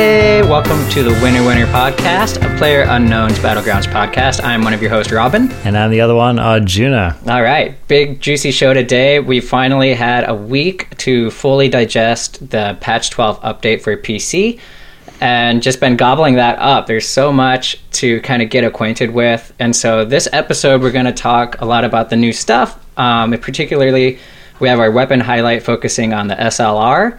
Welcome to the Winner Winner podcast, a Player Unknown's Battlegrounds podcast. I'm one of your hosts, Robin. And I'm the other one, uh, Arjuna. All right, big juicy show today. We finally had a week to fully digest the patch 12 update for PC and just been gobbling that up. There's so much to kind of get acquainted with. And so, this episode, we're going to talk a lot about the new stuff. Um, and particularly, we have our weapon highlight focusing on the SLR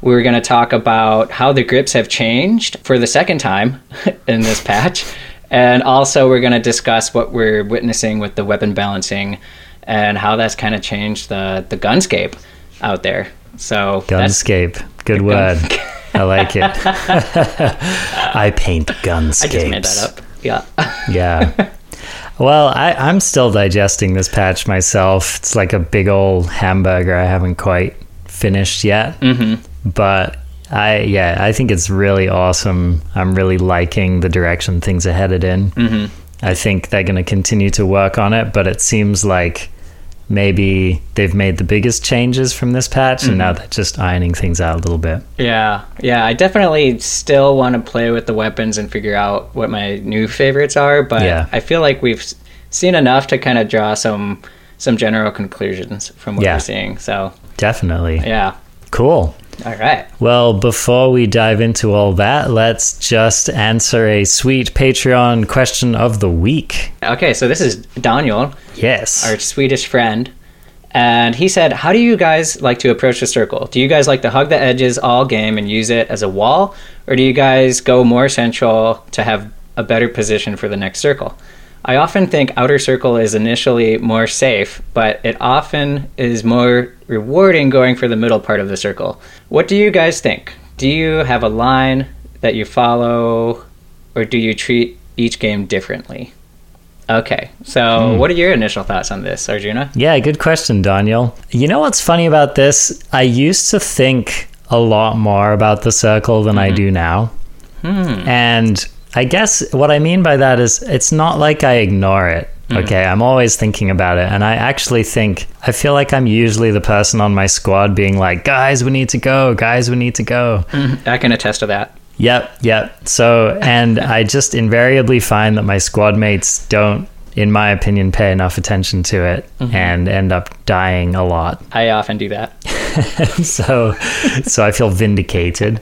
we were going to talk about how the grips have changed for the second time in this patch. And also, we're going to discuss what we're witnessing with the weapon balancing and how that's kind of changed the, the gunscape out there. So, that's- Gunscape. Good word. I like it. I paint gunscapes. I just made that up. Yeah. yeah. Well, I, I'm still digesting this patch myself. It's like a big old hamburger I haven't quite finished yet. Mm-hmm. But I, yeah, I think it's really awesome. I'm really liking the direction things are headed in. Mm-hmm. I think they're going to continue to work on it, but it seems like maybe they've made the biggest changes from this patch and now they're just ironing things out a little bit. Yeah, yeah. I definitely still want to play with the weapons and figure out what my new favorites are, but Yeah. I feel like we've s- seen enough to kind of draw some some general conclusions from what Yeah. we're seeing. So Definitely. yeah, Cool. all right. Well, before we dive into all that, let's just answer a sweet Patreon question of the week. Okay, so this is Daniel, Yes. our Swedish friend, and he said, "How do you guys like to approach the circle? Do you guys like to hug the edges all game and use it as a wall, or do you guys go more central to have a better position for the next circle?" I often think outer circle is initially more safe, but it often is more rewarding going for the middle part of the circle. What do you guys think? Do you have a line that you follow, or do you treat each game differently? Okay, so what are your initial thoughts on this, Arjuna? Yeah, good question, Daniel. You know what's funny about this? I used to think a lot more about the circle than I do now. And I guess what I mean by that is it's not like I ignore it. Okay, I'm always thinking about it. And I actually think, I feel like I'm usually the person on my squad being like, guys, we need to go. Guys, we need to go. I can attest to that. Yep, yep. So, and I just invariably find that my squad mates don't, in my opinion, pay enough attention to it and end up dying a lot. I often do that. so, so I feel vindicated.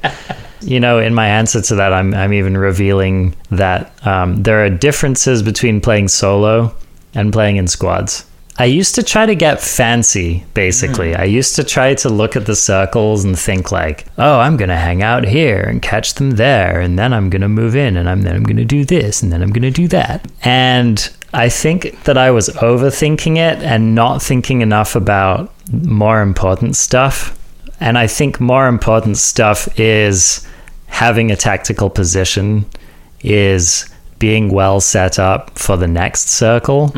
You know, in my answer to that, I'm I'm even revealing that um, there are differences between playing solo and playing in squads. I used to try to get fancy, basically. I used to try to look at the circles and think like, oh, I'm gonna hang out here and catch them there, and then I'm gonna move in, and I'm then I'm gonna do this, and then I'm gonna do that. And I think that I was overthinking it and not thinking enough about more important stuff. And I think more important stuff is having a tactical position, is being well set up for the next circle,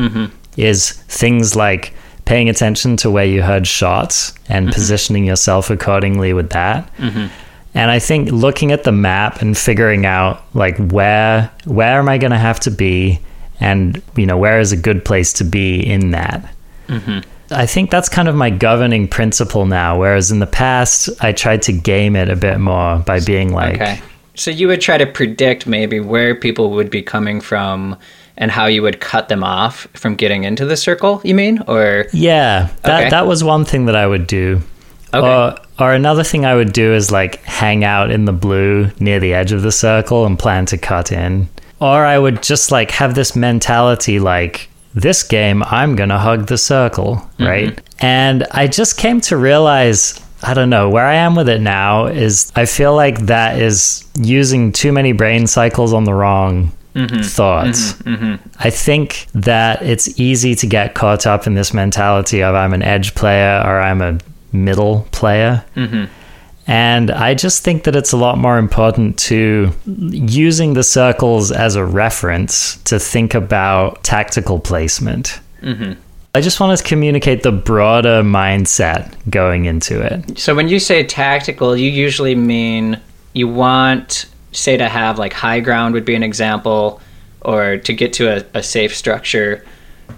is things like paying attention to where you heard shots and positioning yourself accordingly with that. And I think looking at the map and figuring out like where where am I going to have to be and you know where is a good place to be in that. I think that's kind of my governing principle now. Whereas in the past, I tried to game it a bit more by being like, Okay. So you would try to predict maybe where people would be coming from and how you would cut them off from getting into the circle, you mean? Or yeah, that Okay. that was one thing that I would do. Okay. Or, or another thing I would do is like hang out in the blue near the edge of the circle and plan to cut in. Or I would just like have this mentality like, this game, I'm going to hug the circle, Mm-hmm. right? And I just came to realize, I don't know, where I am with it now is I feel like that is using too many brain cycles on the wrong Mm-hmm. thoughts. I think that it's easy to get caught up in this mentality of I'm an edge player or I'm a middle player. And I just think that it's a lot more important to using the circles as a reference to think about tactical placement. I just want to communicate the broader mindset going into it. so when you say tactical, you usually mean you want say to have like high ground would be an example or to get to a, a safe structure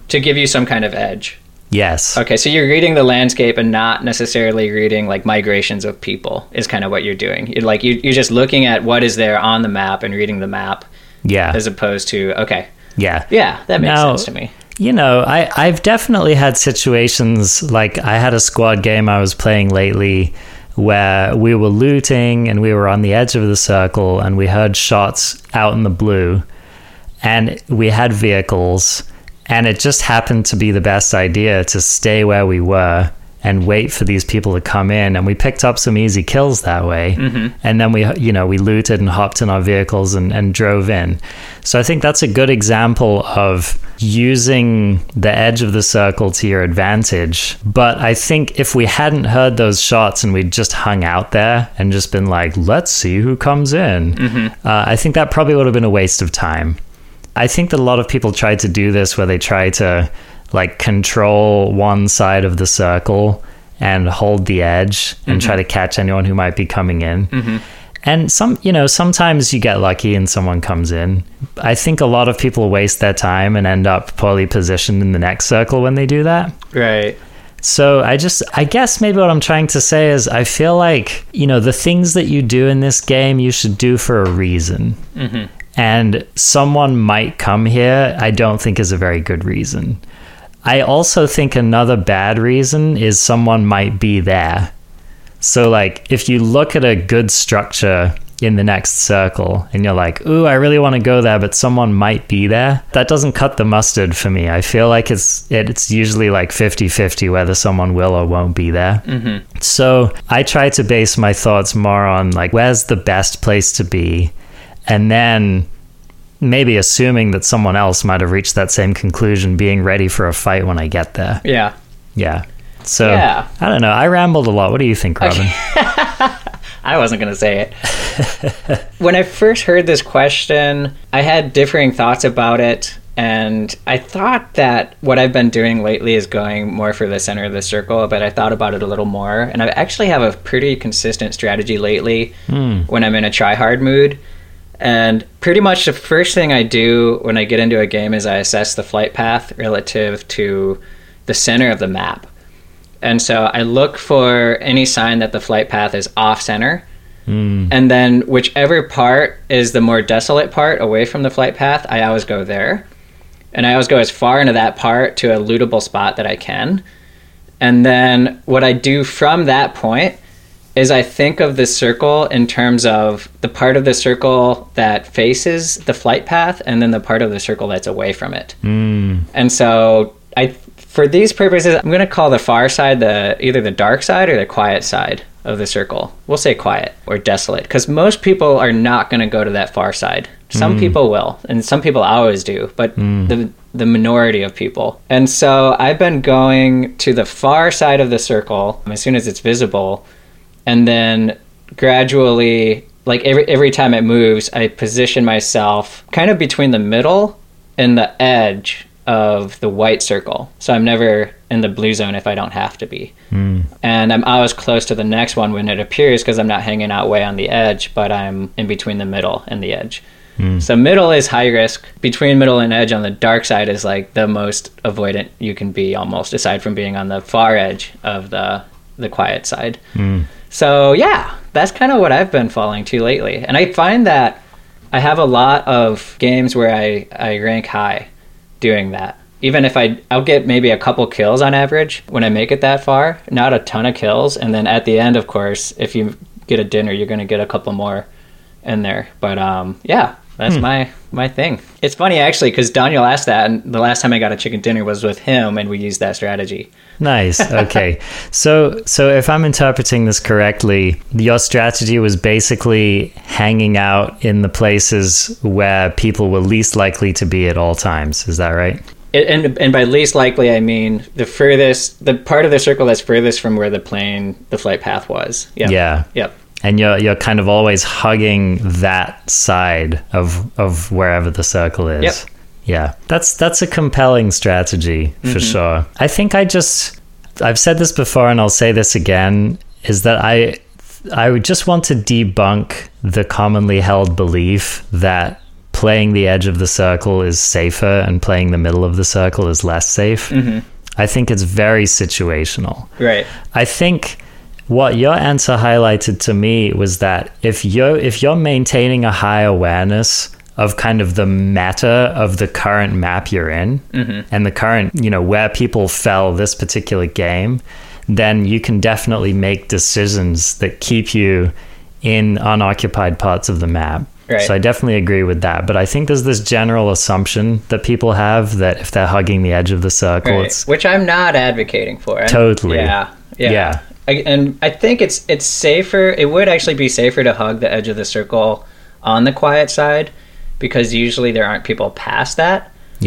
to give you some kind of edge. Yes. Okay, so you're reading the landscape and not necessarily reading like migrations of people is kind of what you're doing. You're, like you, you're just looking at what is there on the map and reading the map Yeah. as opposed to okay, yeah. yeah, that makes Now- sense to me. You know, I, I've definitely had situations like I had a squad game I was playing lately where we were looting and we were on the edge of the circle and we heard shots out in the blue and we had vehicles and it just happened to be the best idea to stay where we were and wait for these people to come in and we picked up some easy kills that way and then we you know we looted and hopped in our vehicles and, and drove in so i think that's a good example of using the edge of the circle to your advantage but i think if we hadn't heard those shots and we'd just hung out there and just been like let's see who comes in uh, i think that probably would have been a waste of time I think that a lot of people try to do this where they try to like control one side of the circle and hold the edge and try to catch anyone who might be coming in. And some, you know, sometimes you get lucky and someone comes in. I think a lot of people waste their time and end up poorly positioned in the next circle when they do that. Right. So I just, I guess maybe what I'm trying to say is I feel like, you know, the things that you do in this game, you should do for a reason. And someone might come here, I don't think is a very good reason. I also think another bad reason is someone might be there. So, like, if you look at a good structure in the next circle and you're like, ooh, I really want to go there, but someone might be there, that doesn't cut the mustard for me. I feel like it's it's usually like 50 50 whether someone will or won't be there. Mm-hmm. So, I try to base my thoughts more on like, where's the best place to be? And then maybe assuming that someone else might have reached that same conclusion, being ready for a fight when I get there. Yeah. Yeah. So Yeah. I don't know. I rambled a lot. What do you think, Robin? I wasn't going to say it. when I first heard this question, I had differing thoughts about it. And I thought that what I've been doing lately is going more for the center of the circle, but I thought about it a little more. And I actually have a pretty consistent strategy lately when I'm in a try hard mood. And pretty much the first thing I do when I get into a game is I assess the flight path relative to the center of the map. And so I look for any sign that the flight path is off center. And then whichever part is the more desolate part away from the flight path, I always go there. And I always go as far into that part to a lootable spot that I can. And then what I do from that point is I think of the circle in terms of the part of the circle that faces the flight path and then the part of the circle that's away from it. And so I for these purposes I'm going to call the far side the either the dark side or the quiet side of the circle. We'll say quiet or desolate cuz most people are not going to go to that far side. Some people will and some people always do, but the the minority of people. And so I've been going to the far side of the circle as soon as it's visible and then gradually like every every time it moves i position myself kind of between the middle and the edge of the white circle so i'm never in the blue zone if i don't have to be and i'm always close to the next one when it appears because i'm not hanging out way on the edge but i'm in between the middle and the edge so middle is high risk between middle and edge on the dark side is like the most avoidant you can be almost aside from being on the far edge of the the quiet side so yeah, that's kind of what I've been falling to lately, and I find that I have a lot of games where I I rank high doing that. Even if I I'll get maybe a couple kills on average when I make it that far, not a ton of kills, and then at the end, of course, if you get a dinner, you're gonna get a couple more in there. But um, yeah, that's my my thing. It's funny actually because Daniel asked that, and the last time I got a chicken dinner was with him, and we used that strategy. nice. Okay. So so if I'm interpreting this correctly, your strategy was basically hanging out in the places where people were least likely to be at all times. Is that right? It- and and by least likely I mean the furthest the part of the circle that's furthest from where the plane the flight path was. Yep. Yeah. Yep. And you're you're kind of always hugging that side of of wherever the circle is. Yep. Yeah. That's that's a compelling strategy for sure. I think I just I've said this before and I'll say this again is that I I would just want to debunk the commonly held belief that playing the edge of the circle is safer and playing the middle of the circle is less safe. I think it's very situational. Right. I think what your answer highlighted to me was that if you're if you're maintaining a high awareness of kind of the meta of the current map you're in Mm-hmm. and the current you know where people fell this particular game then you can definitely make decisions that keep you in unoccupied parts of the map Right. so i definitely agree with that but i think there's this general assumption that people have that if they're hugging the edge of the circle Right, it's Which I'm not advocating for. And- Totally. Yeah. Yeah. Yeah. I, and I think it's it's safer. It would actually be safer to hug the edge of the circle on the quiet side because usually there aren't people past that.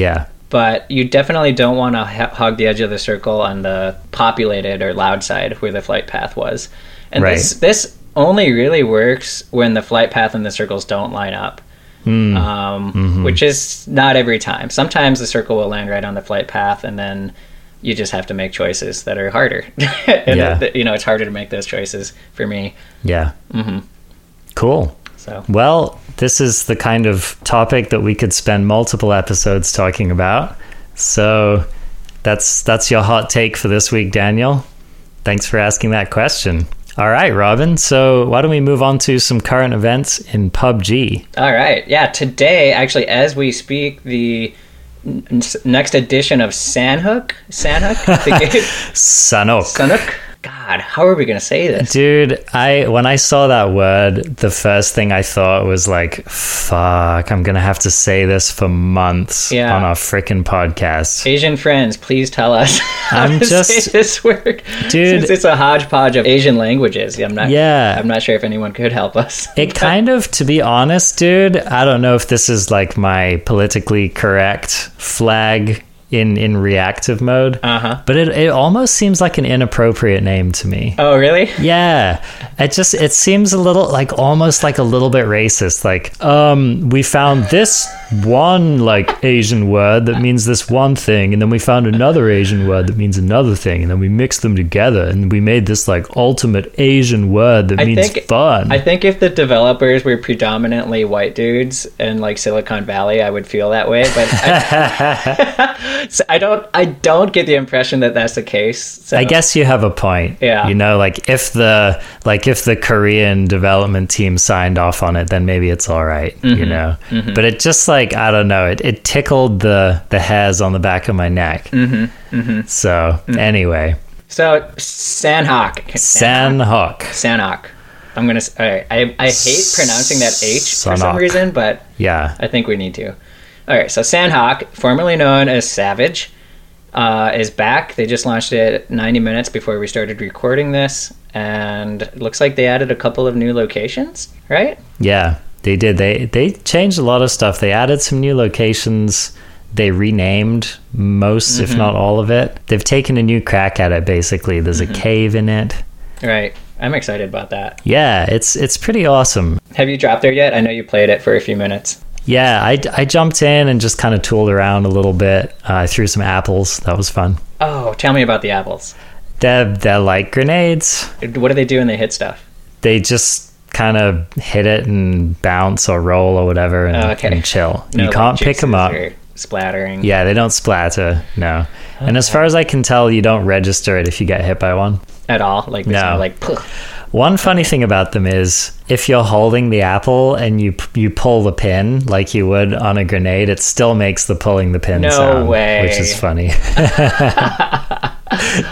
yeah But you definitely don't want to ha- hug the edge of the circle on the populated or loud side where the flight path was. And Right. this this only really works when the flight path and the circles don't line up. Hmm. Um, Mm-hmm. Which is not every time. Sometimes the circle will land right on the flight path, and then you just have to make choices that are harder. and Yeah. that- you know, it's harder to make those choices for me. yeah mm-hmm. cool So Well, this is the kind of topic that we could spend multiple episodes talking about. So that's that's your hot take for this week, Daniel. Thanks for asking that question. All right, Robin. So why don't we move on to some current events in PUBG? All right. Yeah. Today, actually, as we speak, the n- n- next edition of Sanhook, Sanhook, the game, Sanok. Sanhook. God, how are we gonna say this? Dude, I when I saw that word, the first thing I thought was like, "Fuck, I'm gonna have to say this for months Yeah. on our freaking podcast." Asian friends, please tell us. How I'm to say just- this word, Dude. Since it's a hodgepodge of Asian languages, I'm not. Yeah. I'm not sure if anyone could help us. It kind of, to be honest, dude, I don't know if this is like my politically correct flag in, in reactive mode, Uh huh. but it, it almost seems like an inappropriate name to me. Oh, really? Yeah, it just it seems a little like almost like a little bit racist. Like, um, we found this one like Asian word that means this one thing, and then we found another Asian word that means another thing, and then we mixed them together and we made this like ultimate Asian word that I means think- fun. I think if the developers were predominantly white dudes and like Silicon Valley, I would feel that way. But I, So I don't. I don't get the impression that that's the case. So. I guess you have a point. Yeah. You know, like if the like if the Korean development team signed off on it, then maybe it's all right, You know, but it just like I don't know. It it tickled the the hairs on the back of my neck. Mm-hmm. Mm-hmm. So anyway, So Sanhok. San Hook. Sanhok. I'm gonna. s- All right. I I hate pronouncing that H for some Sanhok. reason, but Yeah. I think we need to. All right, so Sandhawk, formerly known as Savage, uh, is back. They just launched it 90 minutes before we started recording this, and it looks like they added a couple of new locations, right? Yeah. They did. They they changed a lot of stuff. They added some new locations. They renamed most, if not all of it. They've taken a new crack at it. Basically, there's a cave in it. Right. I'm excited about that. Yeah, it's it's pretty awesome. Have you dropped there yet? I know you played it for a few minutes. Yeah, I, I jumped in and just kind of tooled around a little bit. Uh, I threw some apples. That was fun. Oh, tell me about the apples. They're, they're like grenades. What do they do when they hit stuff? They just kind of hit it and bounce or roll or whatever and, Oh, okay. and chill. No, you like, can't pick them juices up. or Splattering. Yeah, they don't splatter. No. And as far as I can tell, you don't register it if you get hit by one. At all. Like, there's No. no, like, "Pugh." One funny thing about them is if you're holding the apple and you you pull the pin like you would on a grenade, it still makes the pulling the pin No sound, way. which is funny.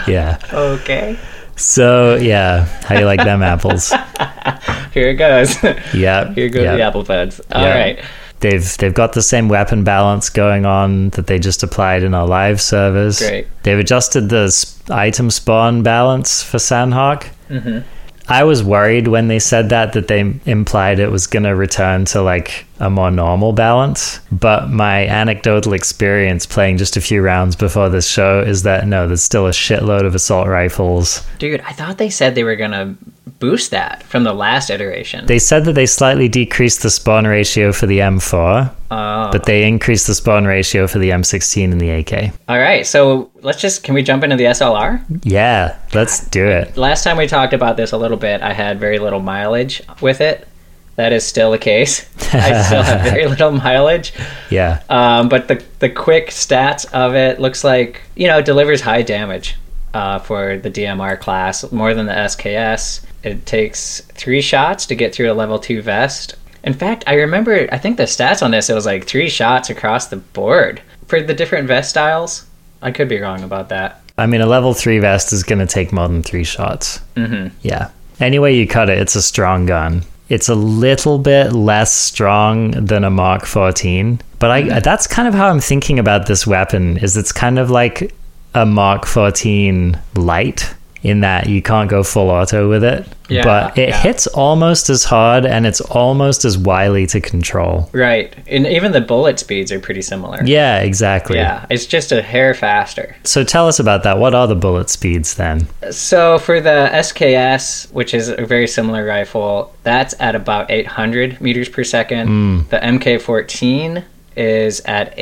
yeah. okay. So yeah, how you like them apples? Here it goes. Yeah. Here goes yeah. the apple buds. All Yeah. right. They've they've got the same weapon balance going on that they just applied in our live servers. Great. They've adjusted the s- item spawn balance for Sandhawk. Mm-hmm. I was worried when they said that that they implied it was going to return to like a more normal balance, but my anecdotal experience playing just a few rounds before this show is that no, there's still a shitload of assault rifles. Dude, I thought they said they were gonna boost that from the last iteration. They said that they slightly decreased the spawn ratio for the M4, Oh. but they increased the spawn ratio for the M16 and the AK. All right, so let's just can we jump into the SLR? Yeah, let's do it. Last time we talked about this a little bit, I had very little mileage with it. That is still the case. I still have very little mileage. Yeah. Um, but the the quick stats of it looks like you know it delivers high damage uh, for the DMR class more than the SKS. It takes three shots to get through a level two vest. In fact, I remember I think the stats on this it was like three shots across the board for the different vest styles. I could be wrong about that. I mean, a level three vest is going to take more than three shots. Mm-hmm. Yeah. Any way you cut it, it's a strong gun. It's a little bit less strong than a Mark 14, but Mm-hmm. I that's kind of how I'm thinking about this weapon. Is it's kind of like a Mark 14 light in that you can't go full auto with it, Yeah, but it yeah. hits almost as hard and it's almost as wily to control. Right, and even the bullet speeds are pretty similar. Yeah, exactly. yeah it's just a hair faster. So tell us about that. What are the bullet speeds then? So for the SKS, which is a very similar rifle, that's at about 800 meters per second. The MK14 is at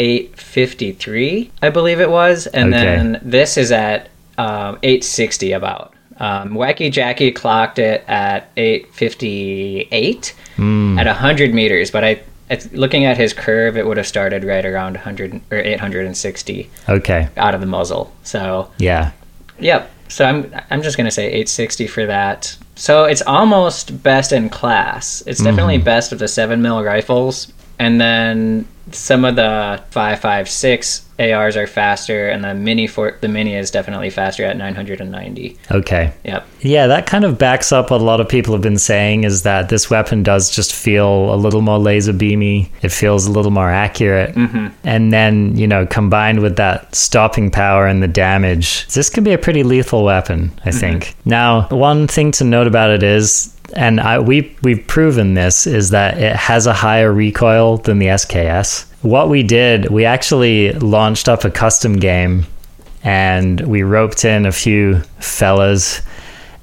853, I believe it was, and Okay. then this is at um, 860 about. Um, Wacky Jackie clocked it at 858 at 100 meters, but I. it's- Looking at his curve, it would have started right around 100 or 860 Okay. out of the muzzle. So Yeah. Yep. So I'm I'm just gonna say 860 for that. So it's almost best in class. It's definitely Mm-hmm. best of the seven mil rifles, and then some of the 556 ARs are faster, and the mini for the mini is definitely faster at 990. Okay. Yep. Yeah, that kind of backs up what a lot of people have been saying is that this weapon does just feel a little more laser beamy. It feels a little more accurate. And then, you know, combined with that stopping power and the damage, this could be a pretty lethal weapon, I think. Now, one thing to note about it is and I, we we've proven this is that it has a higher recoil than the SKS. What we did, we actually launched up a custom game and we roped in a few fellas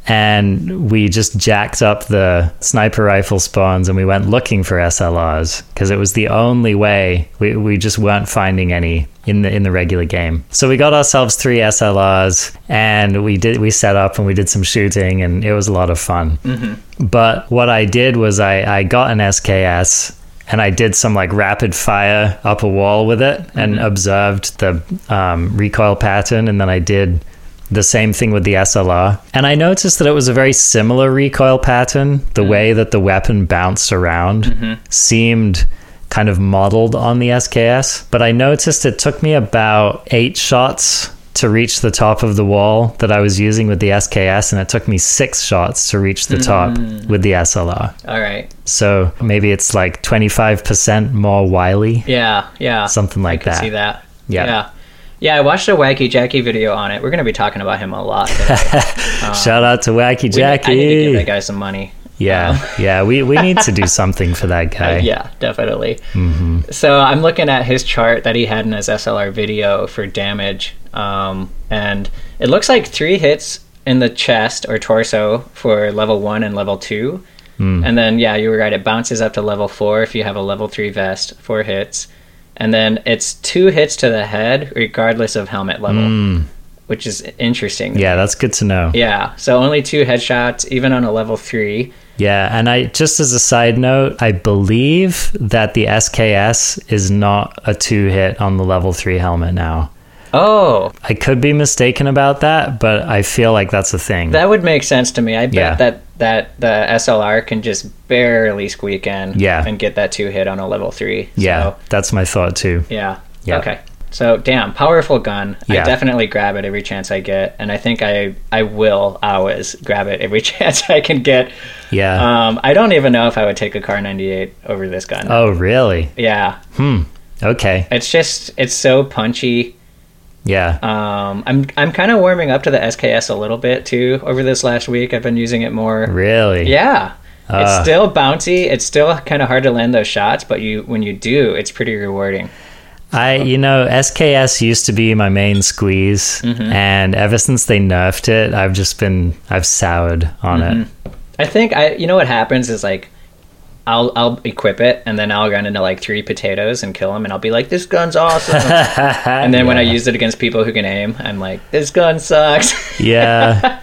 and we just jacked up the sniper rifle spawns and we went looking for SLRs because it was the only way we, we just weren't finding any in the in the regular game. So we got ourselves three SLRs and we did we set up and we did some shooting and it was a lot of fun. But what I did was I, I got an SKS and I did some like rapid fire up a wall with it and observed the um, recoil pattern. And then I did the same thing with the SLR. And I noticed that it was a very similar recoil pattern. The way that the weapon bounced around seemed kind of modeled on the SKS. But I noticed it took me about eight shots to reach the top of the wall that I was using with the SKS, and it took me six shots to reach the top Mm. with the SLR. All right. So maybe it's like 25% more wily. Yeah. Yeah. Something like I can that. see that. Yeah. Yeah. Yeah, I watched a Wacky Jackie video on it. We're going to be talking about him a lot. today. Shout out to Wacky We- I need to give Jackie. that guy some money. yeah, yeah, we, we need to do something for that guy. Uh, Yeah, definitely. So I'm looking at his chart that he had in his SLR video for damage, um, and it looks like three hits in the chest or torso for level one and level two, and then yeah, you were right. It bounces up to level four if you have a level three vest, four hits, and then it's two hits to the head regardless of helmet level, which is interesting. Yeah, that's good to know. Yeah, so only two headshots, even on a level three. Yeah, and I just as a side note, I believe that the SKS is not a two hit on the level three helmet now. Oh, I could be mistaken about that, but I feel like that's a thing. That would make sense to me. I bet Yeah. that that the SLR can just barely squeak in Yeah. and get that two hit on a level three. yeah, So, that's my thought too. yeah. Yeah. Okay. So damn, powerful gun. I Yeah. definitely grab it every chance I get, and I think I I will always grab it every chance I can get. Yeah. Um, I don't even know if I would take a Car 98 over this gun. oh, really? Hmm. Yeah, Okay. it's just it's so punchy. Yeah. Um, I'm I'm kind of warming up to the SKS a little bit too over this last week. I've been using it more. really? Yeah. Ah. it's still bouncy. It's still kind of hard to land those shots, but you when you do, it's pretty rewarding. I, you know, SKS used to be my main squeeze, Mm-hmm. and ever since they nerfed it, I've just been, I've soured on it. I think I you know what happens is like I'll I'll equip it and then I'll run into like three potatoes and kill them and I'll be like this gun's awesome. and then when I use it against people who can aim, I'm like this gun sucks. Yeah.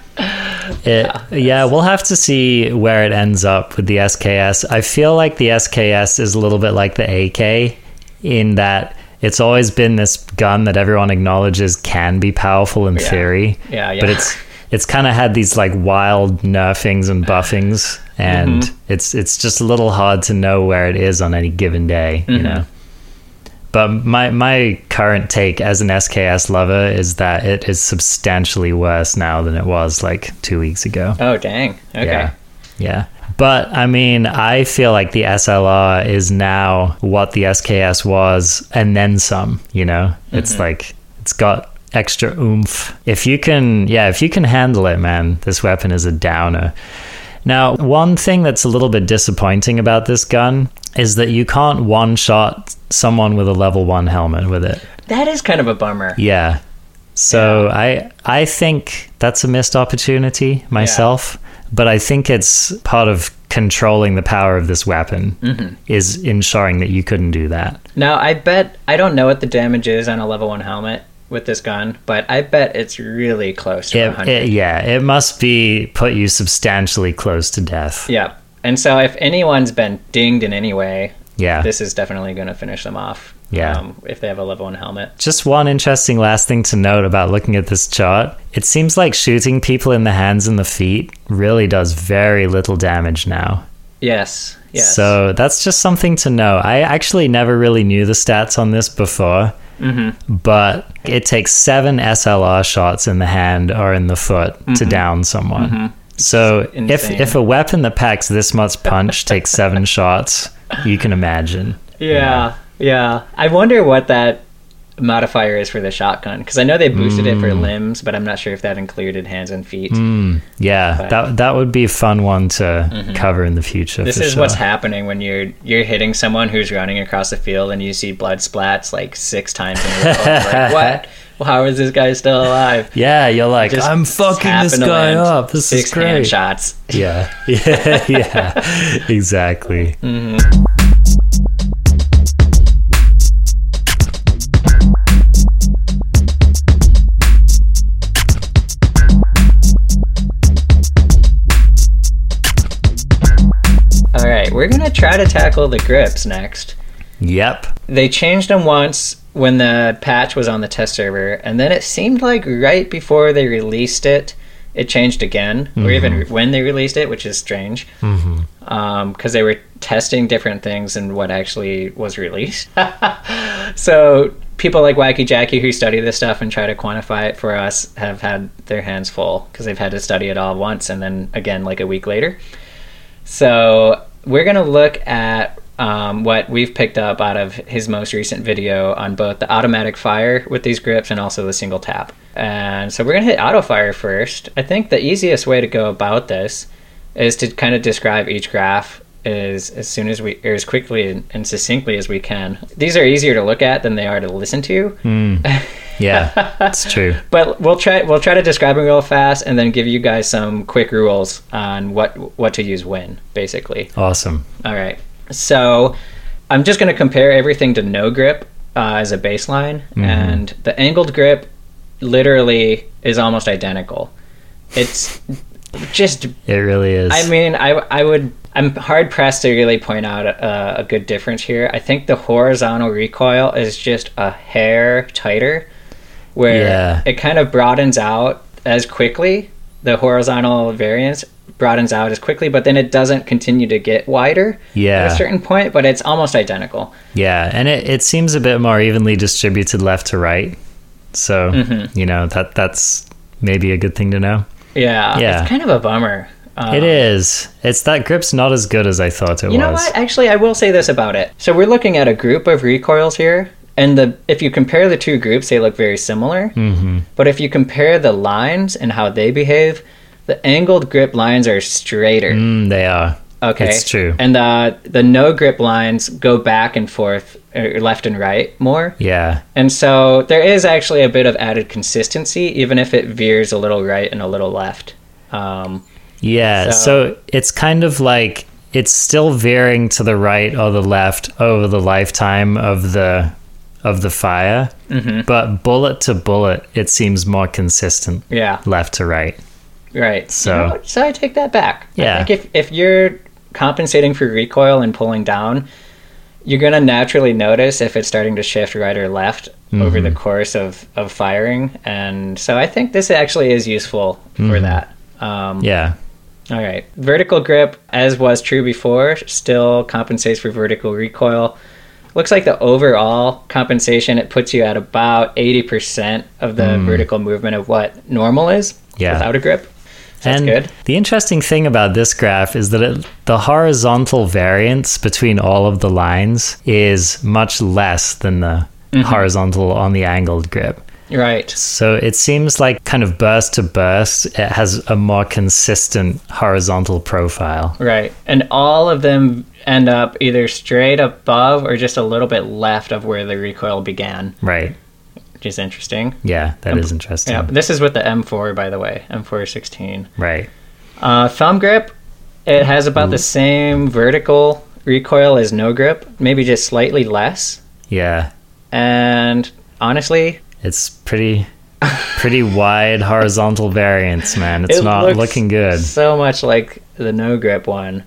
It, yeah, we'll have to see where it ends up with the SKS. I feel like the SKS is a little bit like the AK in that it's always been this gun that everyone acknowledges can be powerful in Yeah. theory. Yeah, yeah. But it's it's kind of had these like wild nerfings and buffings, and it's it's just a little hard to know where it is on any given day, you know. But my my current take as an SKS lover is that it is substantially worse now than it was like two weeks ago. Oh, dang. Okay. Yeah. Yeah. But I mean, I feel like the SLR is now what the SKS was and then some, you know? It's like it's got extra oomph. If you can, yeah, if you can handle it, man, this weapon is a downer. Now, one thing that's a little bit disappointing about this gun is that you can't one shot someone with a level 1 helmet with it. That is kind of a bummer. Yeah. So I I think that's a missed opportunity myself, but I think it's part of controlling the power of this weapon Mm-hmm. is ensuring that you couldn't do that. Now, I bet, I don't know what the damage is on a level one helmet with this gun, but I bet it's really close to It, 100. it- yeah, it must be put you substantially close to death. yeah. And so if anyone's been dinged in any way, Yeah. this is definitely going to finish them off. um, Yeah. if they have a level one helmet. Just one interesting last thing to note about looking at this chart. It seems like shooting people in the hands and the feet really does very little damage now. Yes. Yes. So that's just something to know. I actually never really knew the stats on this before, Mm-hmm. but it takes seven SLR shots in the hand or in the foot to down someone. So if Mm-hmm. insane. if a weapon that packs this much punch takes seven shots, you can imagine. yeah, yeah. I wonder what that modifier is for the shotgun because I know they boosted it for Mm. limbs, but I'm not sure if that included hands and feet. Yeah, Right. Mm-hmm. that that would be a fun one to cover in the future. This for is sure. what's happening when you're you're hitting someone who's running across the field and you see blood splats like six times in a row. It's like, what? Well, how is this guy still alive? yeah, you're like, Just I'm fucking happened this to guy land up. This six is great. hand shots. Yeah. Yeah. yeah. Exactly. Mm. All right, we're gonna try to tackle the grips next. Yep. They changed them once when the patch was on the test server, and then it seemed like right before they released it, it changed again, or even when they released it, which is strange, because they were testing different things and what actually was released. so people like Wacky Jackie, who study this stuff and try to quantify it for us, have had their hands full because they've had to study it all once and then again like a week later. So we're going to look at um, what we've picked up out of his most recent video on both the automatic fire with these grips and also the single tap. And so we're going to hit auto fire first. I think the easiest way to go about this is to kind of describe each graph as, as soon as we, or as quickly and, and succinctly as we can. These are easier to look at than they are to listen to, Yeah. It's true. but we'll try, we'll try to describe them real fast and then give you guys some quick rules on what, what to use when, basically. Awesome. All right. So I'm just going to compare everything to no grip uh, as a baseline, and the angled grip literally is almost identical. It's just. It really is. I mean, I I would. I'm hard pressed to really point out a, a good difference here. I think the horizontal recoil is just a hair tighter, where Yeah. it kind of broadens out as quickly. The horizontal variance broadens out as quickly, but then it doesn't continue to get wider at a yeah. certain point, but it's almost identical. Yeah. And it, it seems a bit more evenly distributed left to right. So, Mm-hmm. you know, that that's maybe a good thing to know. Yeah, Yeah. it's kind of a bummer. Um, it is. It's that grip's not as good as I thought it You was. know what? Actually, I will say this about it. So we're looking at a group of recoils here, and the if you compare the two groups, they look very similar. Mm-hmm. But if you compare the lines and how they behave, the angled grip lines are straighter. Mm, they are. Okay, It's true. And uh, the no grip lines go back and forth, er, left and right more. Yeah. And so there is actually a bit of added consistency, even if it veers a little right and a little left. Um, Yeah. So- So, it's kind of like it's still veering to the right or the left over the lifetime of the of the fire, Mm-hmm. but bullet to bullet, it seems more consistent yeah. left to right. Right. So- You know what? so I take that back. Yeah. I think if if you're compensating for recoil and pulling down, you're gonna naturally notice if it's starting to shift right or left over Mm-hmm. the course of of firing, and so I think this actually is useful Mm-hmm. for that. Um, Yeah. All right. Vertical grip, as was true before, still compensates for vertical recoil. Looks like the overall compensation, it puts you at about 80% of the vertical movement of what normal is Hmm. Yeah. without a grip. So and that's good. the interesting thing about this graph is that it, the horizontal variance between all of the lines is much less than the Mm-hmm. horizontal on the angled grip. Right. So it seems like kind of burst to burst, it has a more consistent horizontal profile. Right. And all of them end up either straight above or just a little bit left of where the recoil began, Right. which is interesting. Yeah, that is interesting. Yeah. This is with the M4, by the way, M416. Right. Uh, thumb grip, it has about the Mm-hmm. same vertical recoil as no grip, maybe just slightly less. Yeah. And honestly, It's pretty pretty wide horizontal variance, man. It's it not looks looking good. So much like the no grip one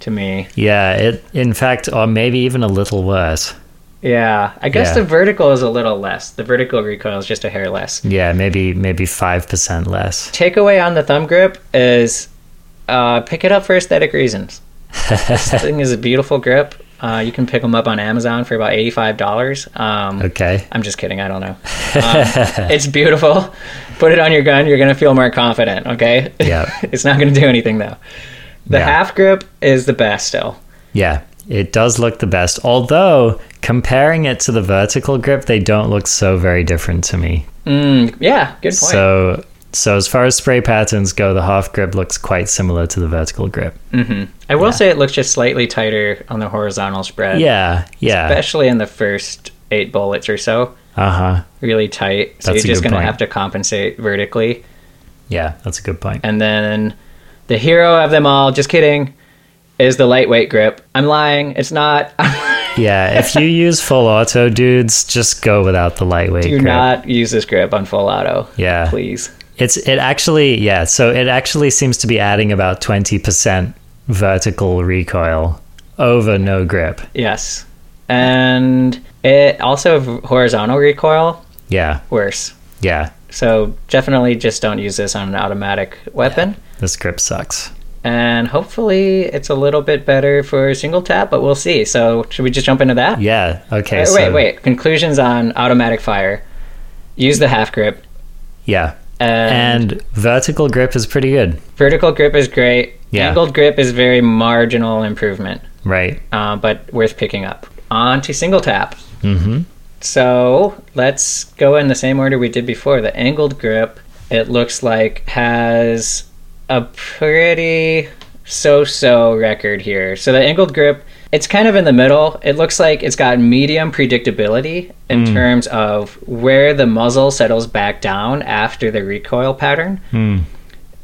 to me. Yeah, it in fact or maybe even a little worse. Yeah, I guess Yeah. the vertical is a little less. The vertical recoil is just a hair less. Yeah, maybe maybe 5% less. Takeaway on the thumb grip is uh, pick it up for aesthetic reasons. this thing is a beautiful grip. Uh, you can pick them up on Amazon for about eighty-five dollars. Um, Okay. I'm just kidding. I don't know. Um, it's beautiful. Put it on your gun. You're going to feel more confident, okay? Yeah. it's not going to do anything, though. The Yeah. half grip is the best still. Yeah. It does look the best. Although comparing it to the vertical grip, they don't look so very different to me. Mm, yeah, good point. So so as far as spray patterns go, the half grip looks quite similar to the vertical grip. I will say it looks just slightly tighter on the horizontal spread. Yeah, yeah. Especially in the first eight bullets or so. Uh-huh. Really tight. So That's a you're just going good to point. have to compensate vertically. Yeah, that's a good point. And then the hero of them all, just kidding, is the lightweight grip. I'm lying. It's not. Yeah, if you use full auto dudes, just go without the lightweight Do grip. not use this grip on full auto. Yeah. Please. It's it actually yeah, so it actually seems to be adding about 20% vertical recoil over no grip. Yes. And it also v- horizontal recoil Yeah. worse. Yeah. So definitely just don't use this on an automatic weapon. This grip sucks. And hopefully it's a little bit better for single tap, but we'll see. So should we just jump into that? Yeah. Okay. Uh, so, wait, wait. Conclusions on automatic fire. Use the half grip. Yeah. And, And vertical grip is pretty good. vertical grip is great. Yeah. Angled grip is very marginal improvement. Right. uh, but worth picking up. On to single tap. Mhm. So let's go in the same order we did before. The angled grip, it looks like, has a pretty so so record here. So the angled grip, it's kind of in the middle. It looks like it's got medium predictability in terms of where the muzzle settles back down after the recoil pattern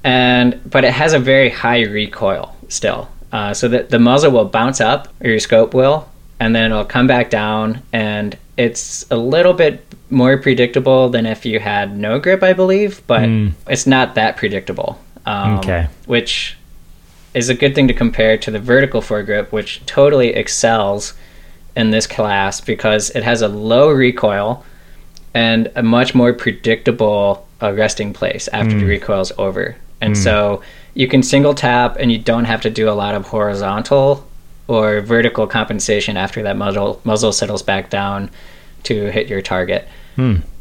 and but it has a very high recoil still, uh, so that the muzzle will bounce up, or your scope will, and then it'll come back down, and it's a little bit more predictable than if you had no grip, I believe, but it's not that predictable. Um, Okay. Which is a good thing to compare to the vertical foregrip, which totally excels in this class because it has a low recoil and a much more predictable uh, resting place after the recoil's over. And so you can single tap and you don't have to do a lot of horizontal or vertical compensation after that muzzle, muzzle settles back down to hit your target.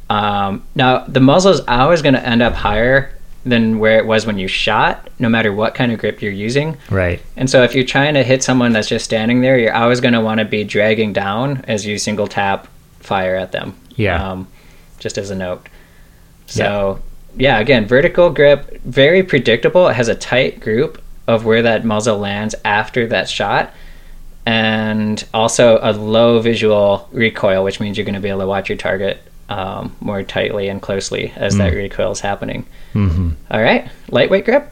Um, now, the muzzle is always going to end up higher than where it was when you shot, no matter what kind of grip you're using. Right. And so if you're trying to hit someone that's just standing there, you're always going to want to be dragging down as you single tap fire at them. Yeah. Um, just as a note. So, yeah, again, vertical grip, very predictable. It has a tight group of where that muzzle lands after that shot. And also a low visual recoil, which means you're going to be able to watch your target um, more tightly and closely as that recoil is happening. Mm-hmm. right, lightweight grip.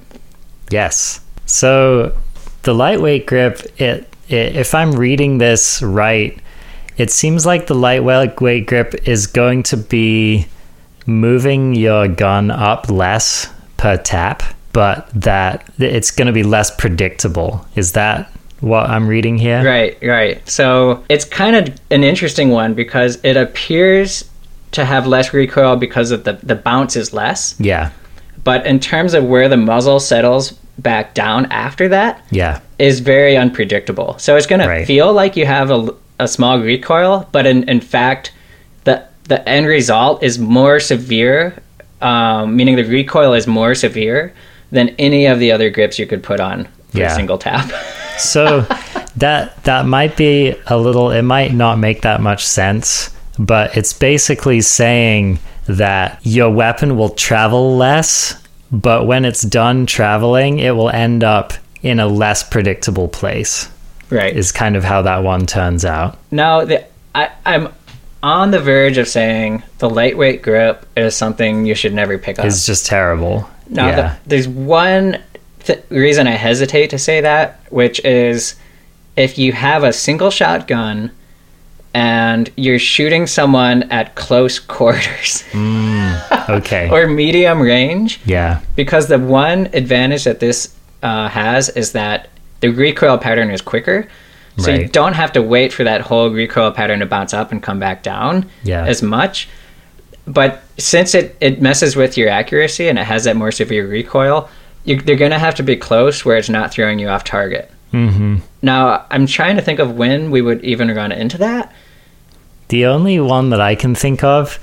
Yes. So the lightweight grip, it, it if I'm reading this right, it seems like the lightweight grip is going to be moving your gun up less per tap. but that it's going to be less predictable. Is that what I'm reading here? Right, right. So it's kind of an interesting one because it appears to have less recoil because of the, the bounce is less. Yeah. But in terms of where the muzzle settles back down after that, Yeah. is very unpredictable. So it's going to Right. feel like you have a, a small recoil, but in, in fact, the the end result is more severe, um, meaning the recoil is more severe than any of the other grips you could put on for Yeah. a single tap. So that that might be a little it might not make that much sense, but it's basically saying that your weapon will travel less, but when it's done traveling, it will end up in a less predictable place. right. Is kind of how that one turns out. Now, the, I, I'm on the verge of saying the lightweight grip is something you should never pick up. It's just terrible. Now, yeah. th- there's one th- reason I hesitate to say that, which is if you have a single shotgun and you're shooting someone at close quarters okay. or medium range, yeah. because the one advantage that this uh, has is that the recoil pattern is quicker. So you Right. don't have to wait for that whole recoil pattern to bounce up and come back down Yeah. as much. But since it, it messes with your accuracy and it has that more severe recoil, you, they're going to have to be close where it's not throwing you off target. Mhm. Now, I'm trying to think of when we would even run into that. The only one that I can think of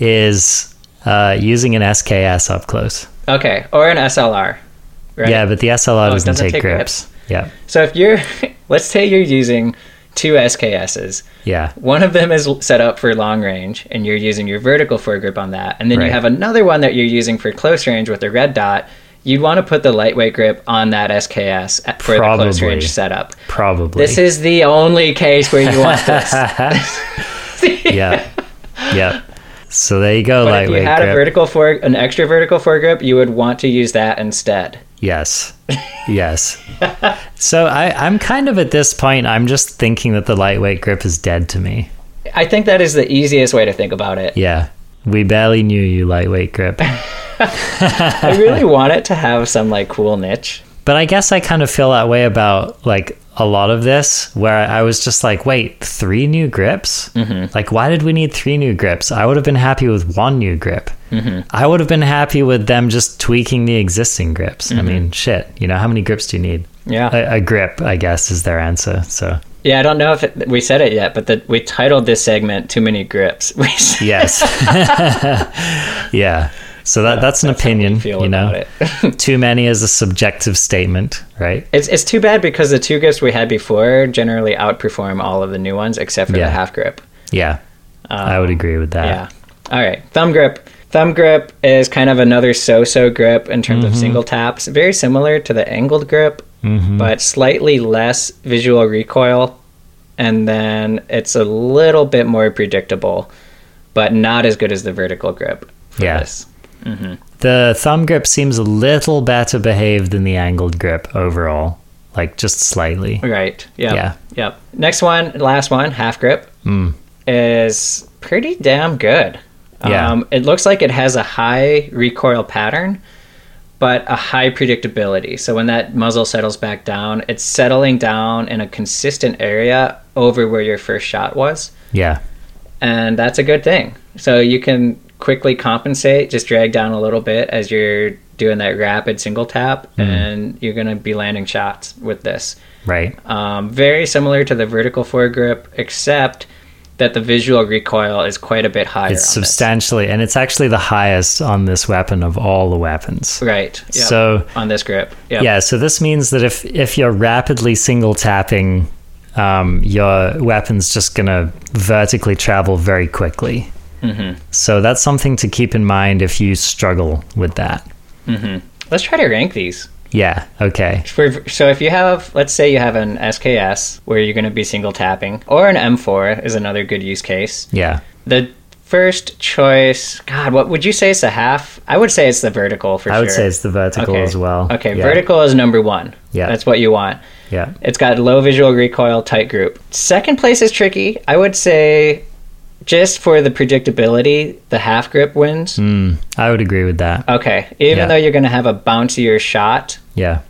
is uh, using an SKS up close. Okay, or an SLR. Right? Yeah, but the SLR Oh, it doesn't, doesn't take, take grips. Yeah. So if you're, let's say you're using two SKSs. Yeah. One of them is set up for long range, and you're using your vertical foregrip on that. And then you Right. have another one that you're using for close range with a red dot. You'd want to put the lightweight grip on that SKS at- for the close Probably. range setup. Probably. This is the only case where you want this. yeah. Yeah. So there you go, but if you lightweight had grip. a vertical fore, an extra vertical foregrip, you would want to use that instead. yes. Yes. so I, I'm kind of at this point, I'm just thinking that the lightweight grip is dead to me. I think that is the easiest way to think about it. Yeah. We barely knew you, lightweight grip. I really want it to have some like cool niche. But I guess I kind of feel that way about like a lot of this, where I was just like, wait, three new grips? Mm-hmm. Like, why did we need three new grips? I would have been happy with one new grip. Mm-hmm. I would have been happy with them just tweaking the existing grips. I mean, shit, you know, how many grips do you need? Yeah. A, a grip, I guess, is their answer. So, Yeah, I don't know if it, we said it yet, but the, we titled this segment "Too Many Grips." We s- yes. yeah. So that, that's an opinion, feel you know. about it. Too many is a subjective statement, right? it's it's too bad because the two grips we had before generally outperform all of the new ones except for Yeah. the half grip. Yeah. I would agree with that. Yeah. All right. Thumb grip. Thumb grip is kind of another so-so grip in terms Mm-hmm. of single taps. Very similar to the angled grip, but slightly less visual recoil, and then it's a little bit more predictable, but not as good as the vertical grip. for Yeah. this. The thumb grip seems a little better behaved than the angled grip overall, like just slightly. Right. Yep. Yeah. Mm. Yep. Next one, last one, half grip is pretty damn good. Yeah. Um, it looks like it has a high recoil pattern, but a high predictability. So when that muzzle settles back down, it's settling down in a consistent area over where your first shot was, Yeah. and that's a good thing. So you can quickly compensate, just drag down a little bit as you're doing that rapid single tap, Mm. and you're going to be landing shots with this. Right. Um, very similar to the vertical foregrip, except that the visual recoil is quite a bit higher. It's on this. substantially, and it's actually the highest on this weapon of all the weapons. Right. Yep. So, on this grip. Yep. yeah, so this means that if, if you're rapidly single tapping, um, your weapon's just going to vertically travel very quickly. Mm-hmm. So that's something to keep in mind if you struggle with that. Let's try to rank these. Yeah. Okay. For, so if you have, let's say you have an SKS where you're going to be single tapping, or an M4 is another good use case. Yeah. The first choice, God, what would you say is the half? I would say it's the vertical for I sure. would say it's the vertical okay. as well. Okay, Yeah. vertical is number one. Yeah. That's what you want. Yeah. It's got low visual recoil, tight group. Second place is tricky. I would say just for the predictability, the half grip wins. Mm, I would agree with that. Okay, even Yeah. though you're going to have a bouncier shot, Yeah.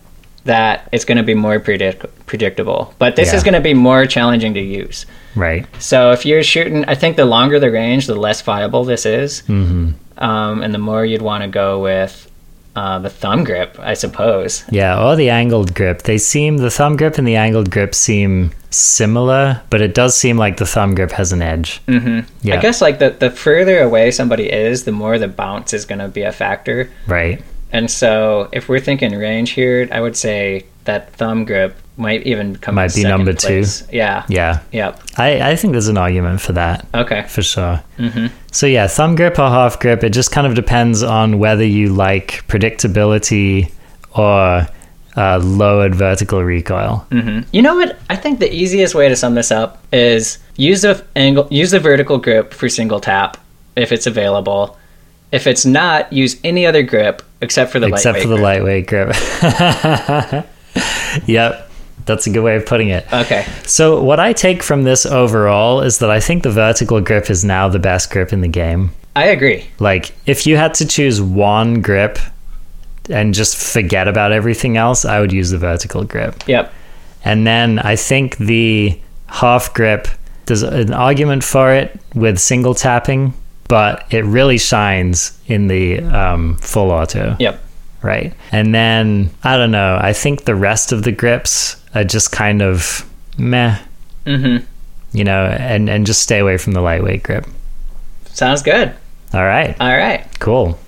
that it's going to be more predict- predictable. But this Yeah. is going to be more challenging to use. Right. So if you're shooting, I think the longer the range, the less viable this is, Mm-hmm. um, and the more you'd want to go with uh, the thumb grip, I suppose. Yeah, or the angled grip. They seem the thumb grip and the angled grip seem similar, but it does seem like the thumb grip has an edge. Mm-hmm. Yeah, I guess like the the further away somebody is, the more the bounce is going to be a factor. right. And so if we're thinking range here, I would say that thumb grip might even come Might in be second number two. place. Yeah. Yeah, Yep. I, I think there's an argument for that Okay. for sure. Mm-hmm. So yeah, thumb grip or half grip. It just kind of depends on whether you like predictability or uh, lowered vertical recoil. You know what? I think the easiest way to sum this up is use the angle, use the vertical grip for single tap if it's available. If it's not, use any other grip except for the lightweight except for the grip. lightweight grip. yep, that's a good way of putting it. Okay. So, what I take from this overall is that I think the vertical grip is now the best grip in the game. I agree. Like, if you had to choose one grip and just forget about everything else, I would use the vertical grip. Yep. And then I think the half grip, there's an argument for it with single tapping, but it really shines in the um, full auto Yep. right? And then I don't know. I think the rest of the grips are just kind of meh. Mhm. You know, and and just stay away from the lightweight grip. Sounds good. All right, All right. cool.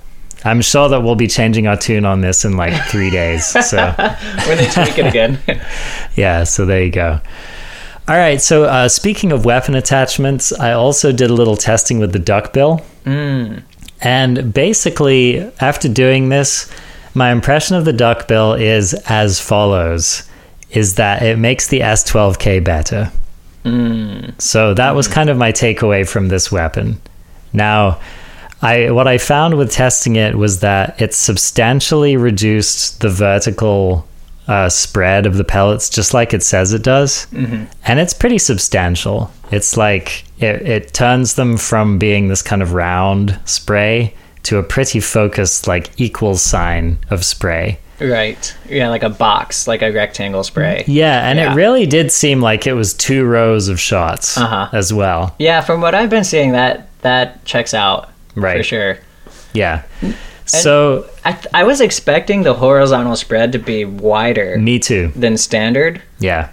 I'm sure that we'll be changing our tune on this in like three days. So When they tweak it again. yeah, so there you go. All right. So uh, speaking of weapon attachments, I also did a little testing with the duckbill. And basically, after doing this, my impression of the duckbill is as follows: is that it makes the S12K better. So that was kind of my takeaway from this weapon. Now, I what I found with testing it was that it substantially reduced the vertical uh, spread of the pellets, just like it says it does, Mm-hmm. and it's pretty substantial. It's like it, it turns them from being this kind of round spray to a pretty focused, like equal sign of spray. right. Yeah, like a box, like a rectangle spray. Yeah, and Yeah. it really did seem like it was two rows of shots Uh-huh. as well. Yeah, from what I've been seeing that that checks out for Right. sure. Yeah. so I th- I was expecting the horizontal spread to be wider me too. than standard. Yeah.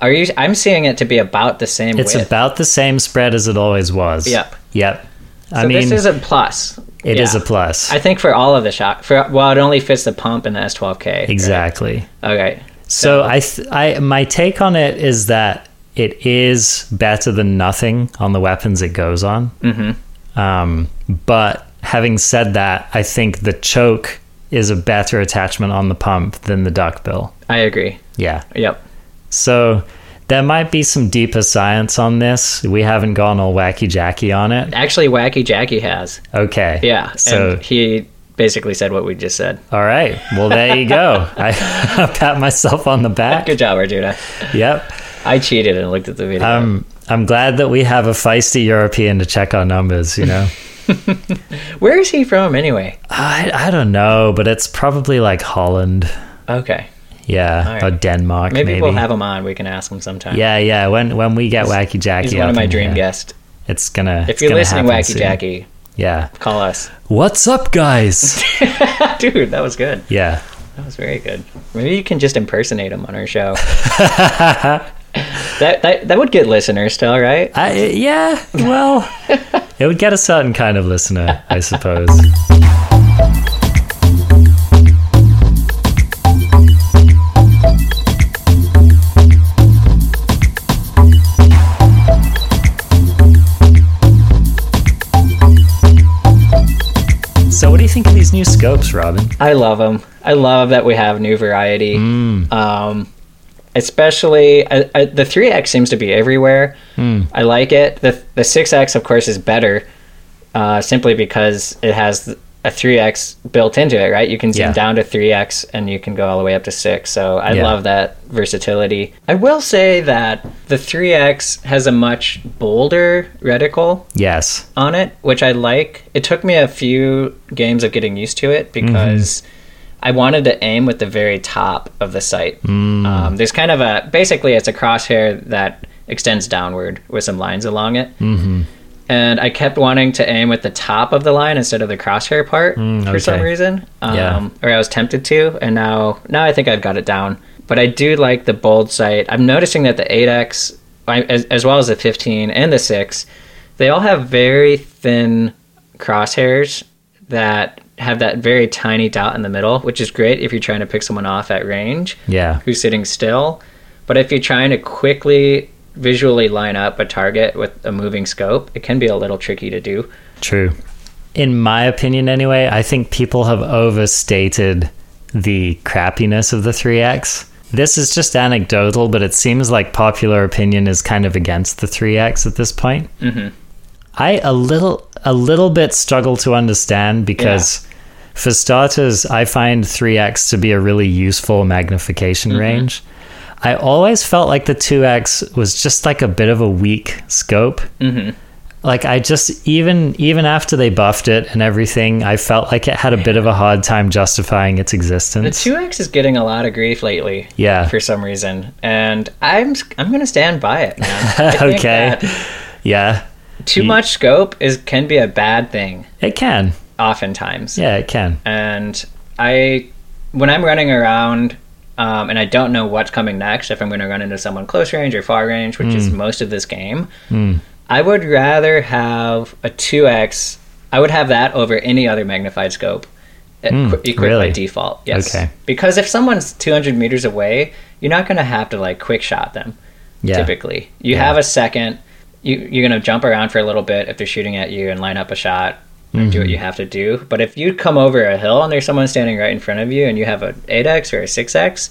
Are you? I'm seeing it to be about the same It's width. about the same spread as it always was. Yep. Yep. I so mean, it this is is a plus. It is a plus. I think for all of the shock, for well, it only fits the pump and the S12K. exactly. Okay. So I, th- I, my take on it is that it is better than nothing on the weapons it goes on. Mm-hmm. Um, but having said that, I think the choke is a better attachment on the pump than the duckbill. I agree. Yeah. Yep. So there might be some deeper science on this. We haven't gone all wacky jacky on it. Actually, Wacky Jackie has. Okay. Yeah. So and he basically said what we just said. All right. Well, there you go. I pat myself on the back. Good job, Arjuna. Yep. I cheated and looked at the video. Um, I'm glad that we have a feisty European to check our numbers, you know? Where is he from anyway? I, I don't know, but it's probably like Holland. Okay. Yeah. right. Or Denmark, Maybe, maybe. we'll have him on. We can ask him sometime. yeah, yeah. When when we get Wacky Jackie, He's one up of my in dream here, guests. It's gonna. If it's you're gonna listening, happen Wacky soon. Jackie, Yeah. call us. What's up, guys? Dude, that was good. yeah. That was very good. Maybe you can just impersonate him on our show. that, that that would get listeners still, right? I, uh, yeah. Well, it would get a certain kind of listener, I suppose. So, what do you think of these new scopes, Robin? I love them. I love that we have new variety. Mm. Um, especially I, I, the three X seems to be everywhere. Mm. I like it. the The six X, of course, is better, uh, simply because it has a 3x built into it, right? You can zoom Yeah. down to 3x and you can go all the way up to 6. So I Yeah. love that versatility. I will say that the 3x has a much bolder reticle Yes. on it, which I like. It took me a few games of getting used to it because I wanted to aim with the very top of the sight. Um, there's kind of a basically it's a crosshair that extends downward with some lines along it. Mm-hmm. And I kept wanting to aim with the top of the line instead of the crosshair part for some okay. reason, um, Yeah. or I was tempted to, and now now I think I've got it down. But I do like the bold sight. I'm noticing that the 8x, I- as, as well as the 15 and the 6, they all have very thin crosshairs that have that very tiny dot in the middle, which is great if you're trying to pick someone off at range Yeah. who's sitting still. But if you're trying to quickly visually line up a target with a moving scope, it can be a little tricky to do. True. In my opinion, anyway, I think people have overstated the crappiness of the 3X. This is just anecdotal, but it seems like popular opinion is kind of against the 3X at this point. Mm-hmm. I a little a little bit struggle to understand because for starters, I find 3X to be a really useful magnification range. I always felt like the 2X was just like a bit of a weak scope Mm-hmm. like I just even even after they buffed it and everything, I felt like it had a bit of a hard time justifying its The existence. 2X is getting a lot of grief lately. yeah. for some reason, and I'm I'm gonna stand by it. Man. I think okay. that Yeah. too much scope is can be a bad thing It can. oftentimes, Yeah, it can. and I when I'm running around. Um, and I don't know what's coming next if I'm going to run into someone close range or far range, which Mm. is most of this game. I would rather have a 2x. I would have that over any other magnified scope e- equi- equipped by Mm. really? default. Yes. Okay. Because if someone's 200 meters away, you're not going to have to like quick shot them. Yeah. Typically, you Yeah. have a second. You you're going to jump around for a little bit if they're shooting at you and line up a shot. and Mm-hmm. Do what you have to do, but if you come over a hill and there's someone standing right in front of you, and you have an 8x or a 6x,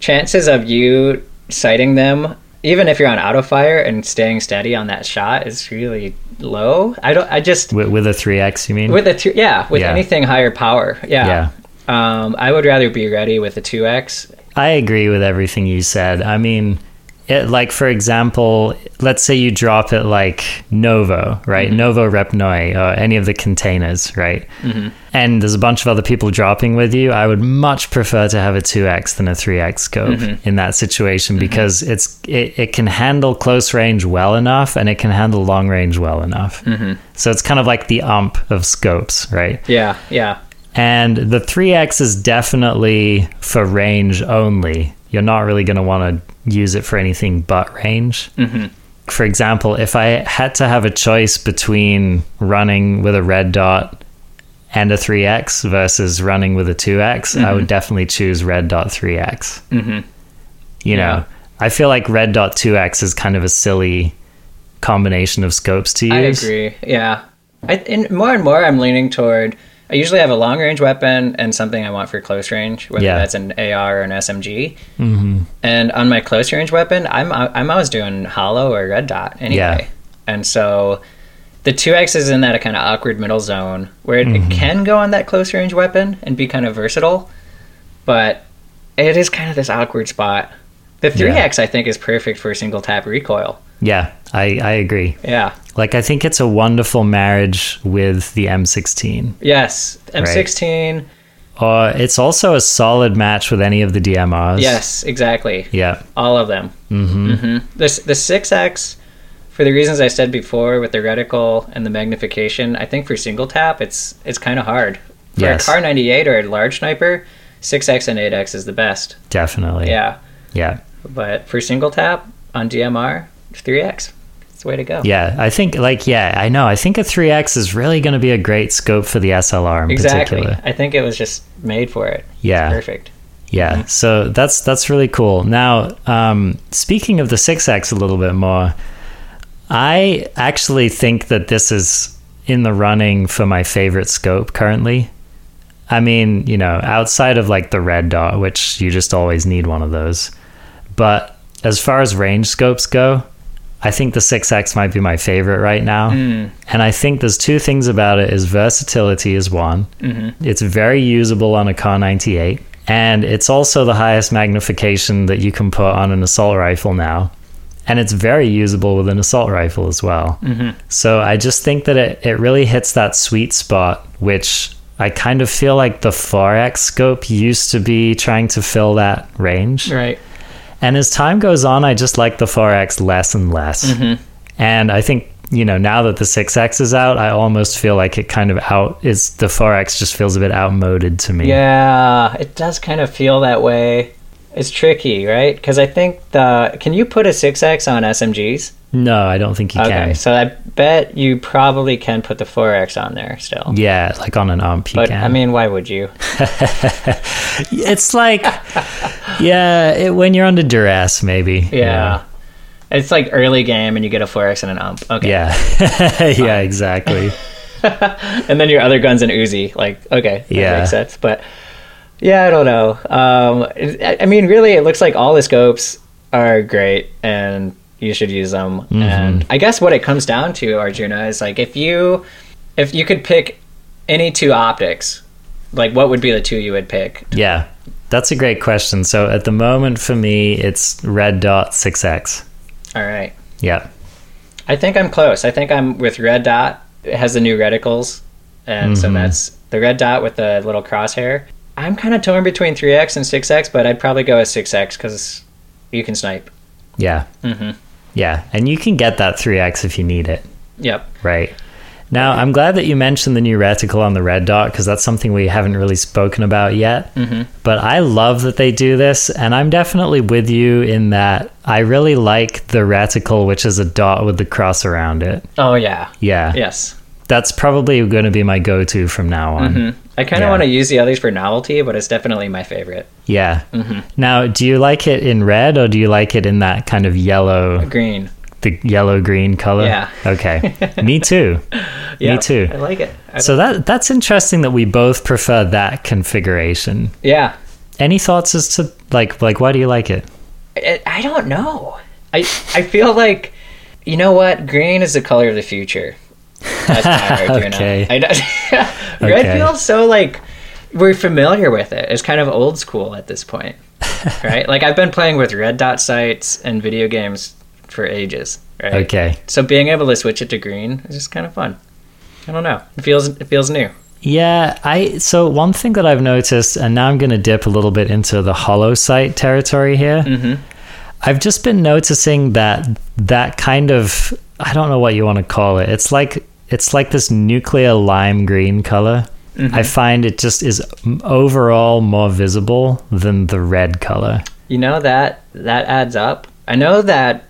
chances of you sighting them even if you're on auto fire and staying steady on that shot is really low i don't i just With, with a 3X, you mean? with a two, yeah with Yeah. anything higher power yeah, Yeah. um i would rather be ready with a 2x I agree with everything you said. I mean, it, like for example, let's say you drop it like Novo, right? Novo Repnoi or any of the containers, right? And there's a bunch of other people dropping with you. I would much prefer to have a 2x than a 3x scope in that situation because it's it, it can handle close range well enough and it can handle long range well enough. So it's kind of like the ump of scopes, right? yeah yeah And the 3X is definitely for range only. You're not really going to want to use it for anything but range. Mm-hmm. For example, if I had to have a choice between running with a red dot and a 3X versus running with a 2X, I Mm-hmm. would definitely choose red dot 3X. Mm-hmm. You know, Yeah. I feel like red dot 2X is kind of a silly combination of scopes to use. i agree yeah i and more and more i'm leaning toward i usually have a long range weapon and something i want for close range whether Yeah. that's an ar or an smg mm-hmm. and on my close range weapon i'm i'm always doing hollow or red dot anyway Yeah. and so the 2x is in that kind of awkward middle zone where it, Mm-hmm. it can go on that close range weapon and be kind of versatile but it is kind of this awkward spot the 3x i think is perfect for single tap recoil Yeah, I, I agree. yeah Like I think it's a wonderful marriage with the M16. yes m16 Or Uh, it's also a solid match with any of the DMRs. Yes, exactly. Yeah. All of them. Mm-hmm. hmm This the six X, for the reasons I said before, with the reticle and the magnification. I think for single tap, it's it's kind of hard. For Yes. a car ninety eight or a large sniper, six X and eight X is the best. Definitely. Yeah, Yeah. but for single tap on DMR, three X. It's the way to go. Yeah. I think like yeah, I know. I think a 3X is really going to be a great scope for the SLR in exactly. particular. I think it was just made for it. Yeah. It's perfect. Yeah. So that's that's really cool. Now, um, speaking of the 6X a little bit more, I actually think that this is in the running for my favorite scope currently. I mean, you know, outside of like the red dot, which you just always need one of those. But as far as range scopes go, I think the 6X might be my favorite right now. Mm. And I think there's two things about it is versatility is one. Mm-hmm. It's very usable on a Car 98 and it's also the highest magnification that you can put on an assault rifle now. And it's very usable with an assault rifle as well. Mm-hmm. So I just think that it, it really hits that sweet spot, which I kind of feel like the 4X scope used to be trying to fill that range. Right. And as time goes on, I just like the 4X less and less. Mm-hmm. And I think, you know, now that the 6X is out, I almost feel like it kind of out is the 4X just feels a bit outmoded to me. Yeah, it does kind of feel that way. It's tricky, right? Because I think the. Can you put a 6X on SMGs? No, I don't think you okay, can. Okay, so I bet you probably can put the 4X on there still. Yeah, like on an AMP you but, can. I mean, why would you? it's like, yeah, it, when you're under duress, maybe. Yeah. yeah. It's like early game and you get a 4X and an AMP. Okay. Yeah. yeah, exactly. and then your other gun's an Uzi. Like, okay, yeah. makes sense. But yeah, I don't know. Um, I, I mean, really, it looks like all the scopes are great and you should use them. Mm-hmm. And I guess what it comes down to, Arjuna, is like if you if you could pick any two optics, like what would be the two you would pick? Yeah. That's a great question. So at the moment for me it's red dot 6x. All right. Yeah. I think I'm close. I think I'm with red dot. It has the new reticles. And mm-hmm. so that's the red dot with the little crosshair. I'm kind of torn between 3x and 6x, but I'd probably go with 6x cuz you can snipe. Yeah. Mm-hmm. Yeah, and you can get that 3x if you need it. Yep. Right. Now, I'm glad that you mentioned the new reticle on the red dot because that's something we haven't really spoken about yet. Mm-hmm. But I love that they do this, and I'm definitely with you in that I really like the reticle, which is a dot with the cross around it. Oh, yeah. Yeah. Yes. That's probably going to be my go to from now on. Mm-hmm. I kind of yeah. want to use the others for novelty, but it's definitely my favorite. Yeah. Mm-hmm. Now, do you like it in red or do you like it in that kind of yellow? Green. The yellow green color. Yeah. Okay. Me too. Yeah, Me too. I like it. I so that that's interesting that we both prefer that configuration. Yeah. Any thoughts as to like like why do you like it? I, I don't know. I I feel like you know what green is the color of the future. That's my okay. I, I, red okay. feels so like we're familiar with it. It's kind of old school at this point, right? like I've been playing with red dot sights and video games for ages, right? Okay. So being able to switch it to green is just kind of fun. I don't know. It feels it feels new. Yeah, I so one thing that I've noticed, and now I'm going to dip a little bit into the hollow sight territory here. Mm-hmm. I've just been noticing that that kind of I don't know what you want to call it. It's like it's like this nuclear lime green color. Mm-hmm. I find it just is overall more visible than the red color. You know that that adds up. I know that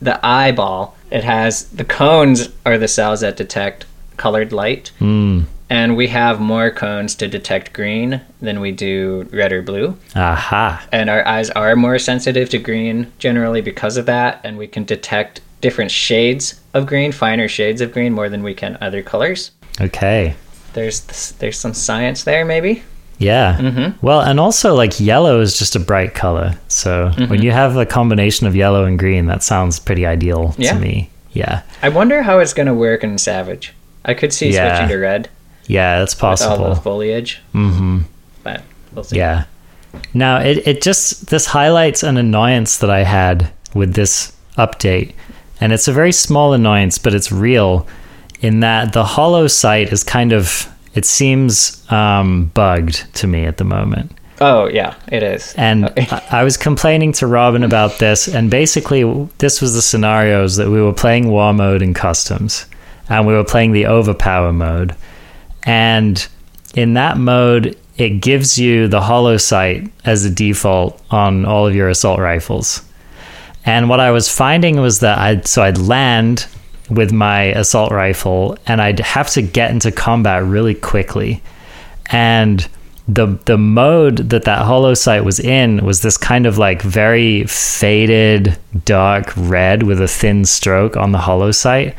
the eyeball it has the cones are the cells that detect colored light, mm. and we have more cones to detect green than we do red or blue. Aha! And our eyes are more sensitive to green generally because of that, and we can detect different shades of green, finer shades of green, more than we can other colors. Okay. There's this, there's some science there, maybe. Yeah. Mm-hmm. Well, and also like yellow is just a bright color, so mm-hmm. when you have a combination of yellow and green, that sounds pretty ideal yeah. to me. Yeah. I wonder how it's gonna work in Savage. I could see yeah. switching to red. Yeah, that's possible. all the foliage. Mm-hmm. But we'll see. Yeah. Now it it just this highlights an annoyance that I had with this update and it's a very small annoyance, but it's real in that the hollow site is kind of it seems um, bugged to me at the moment. Oh yeah, it is. And I was complaining to Robin about this, and basically this was the scenarios that we were playing war mode in customs, and we were playing the overpower mode, and in that mode it gives you the hollow sight as a default on all of your assault rifles. And what I was finding was that I so I'd land with my assault rifle and I'd have to get into combat really quickly. And the the mode that that hollow sight was in was this kind of like very faded dark red with a thin stroke on the hollow sight.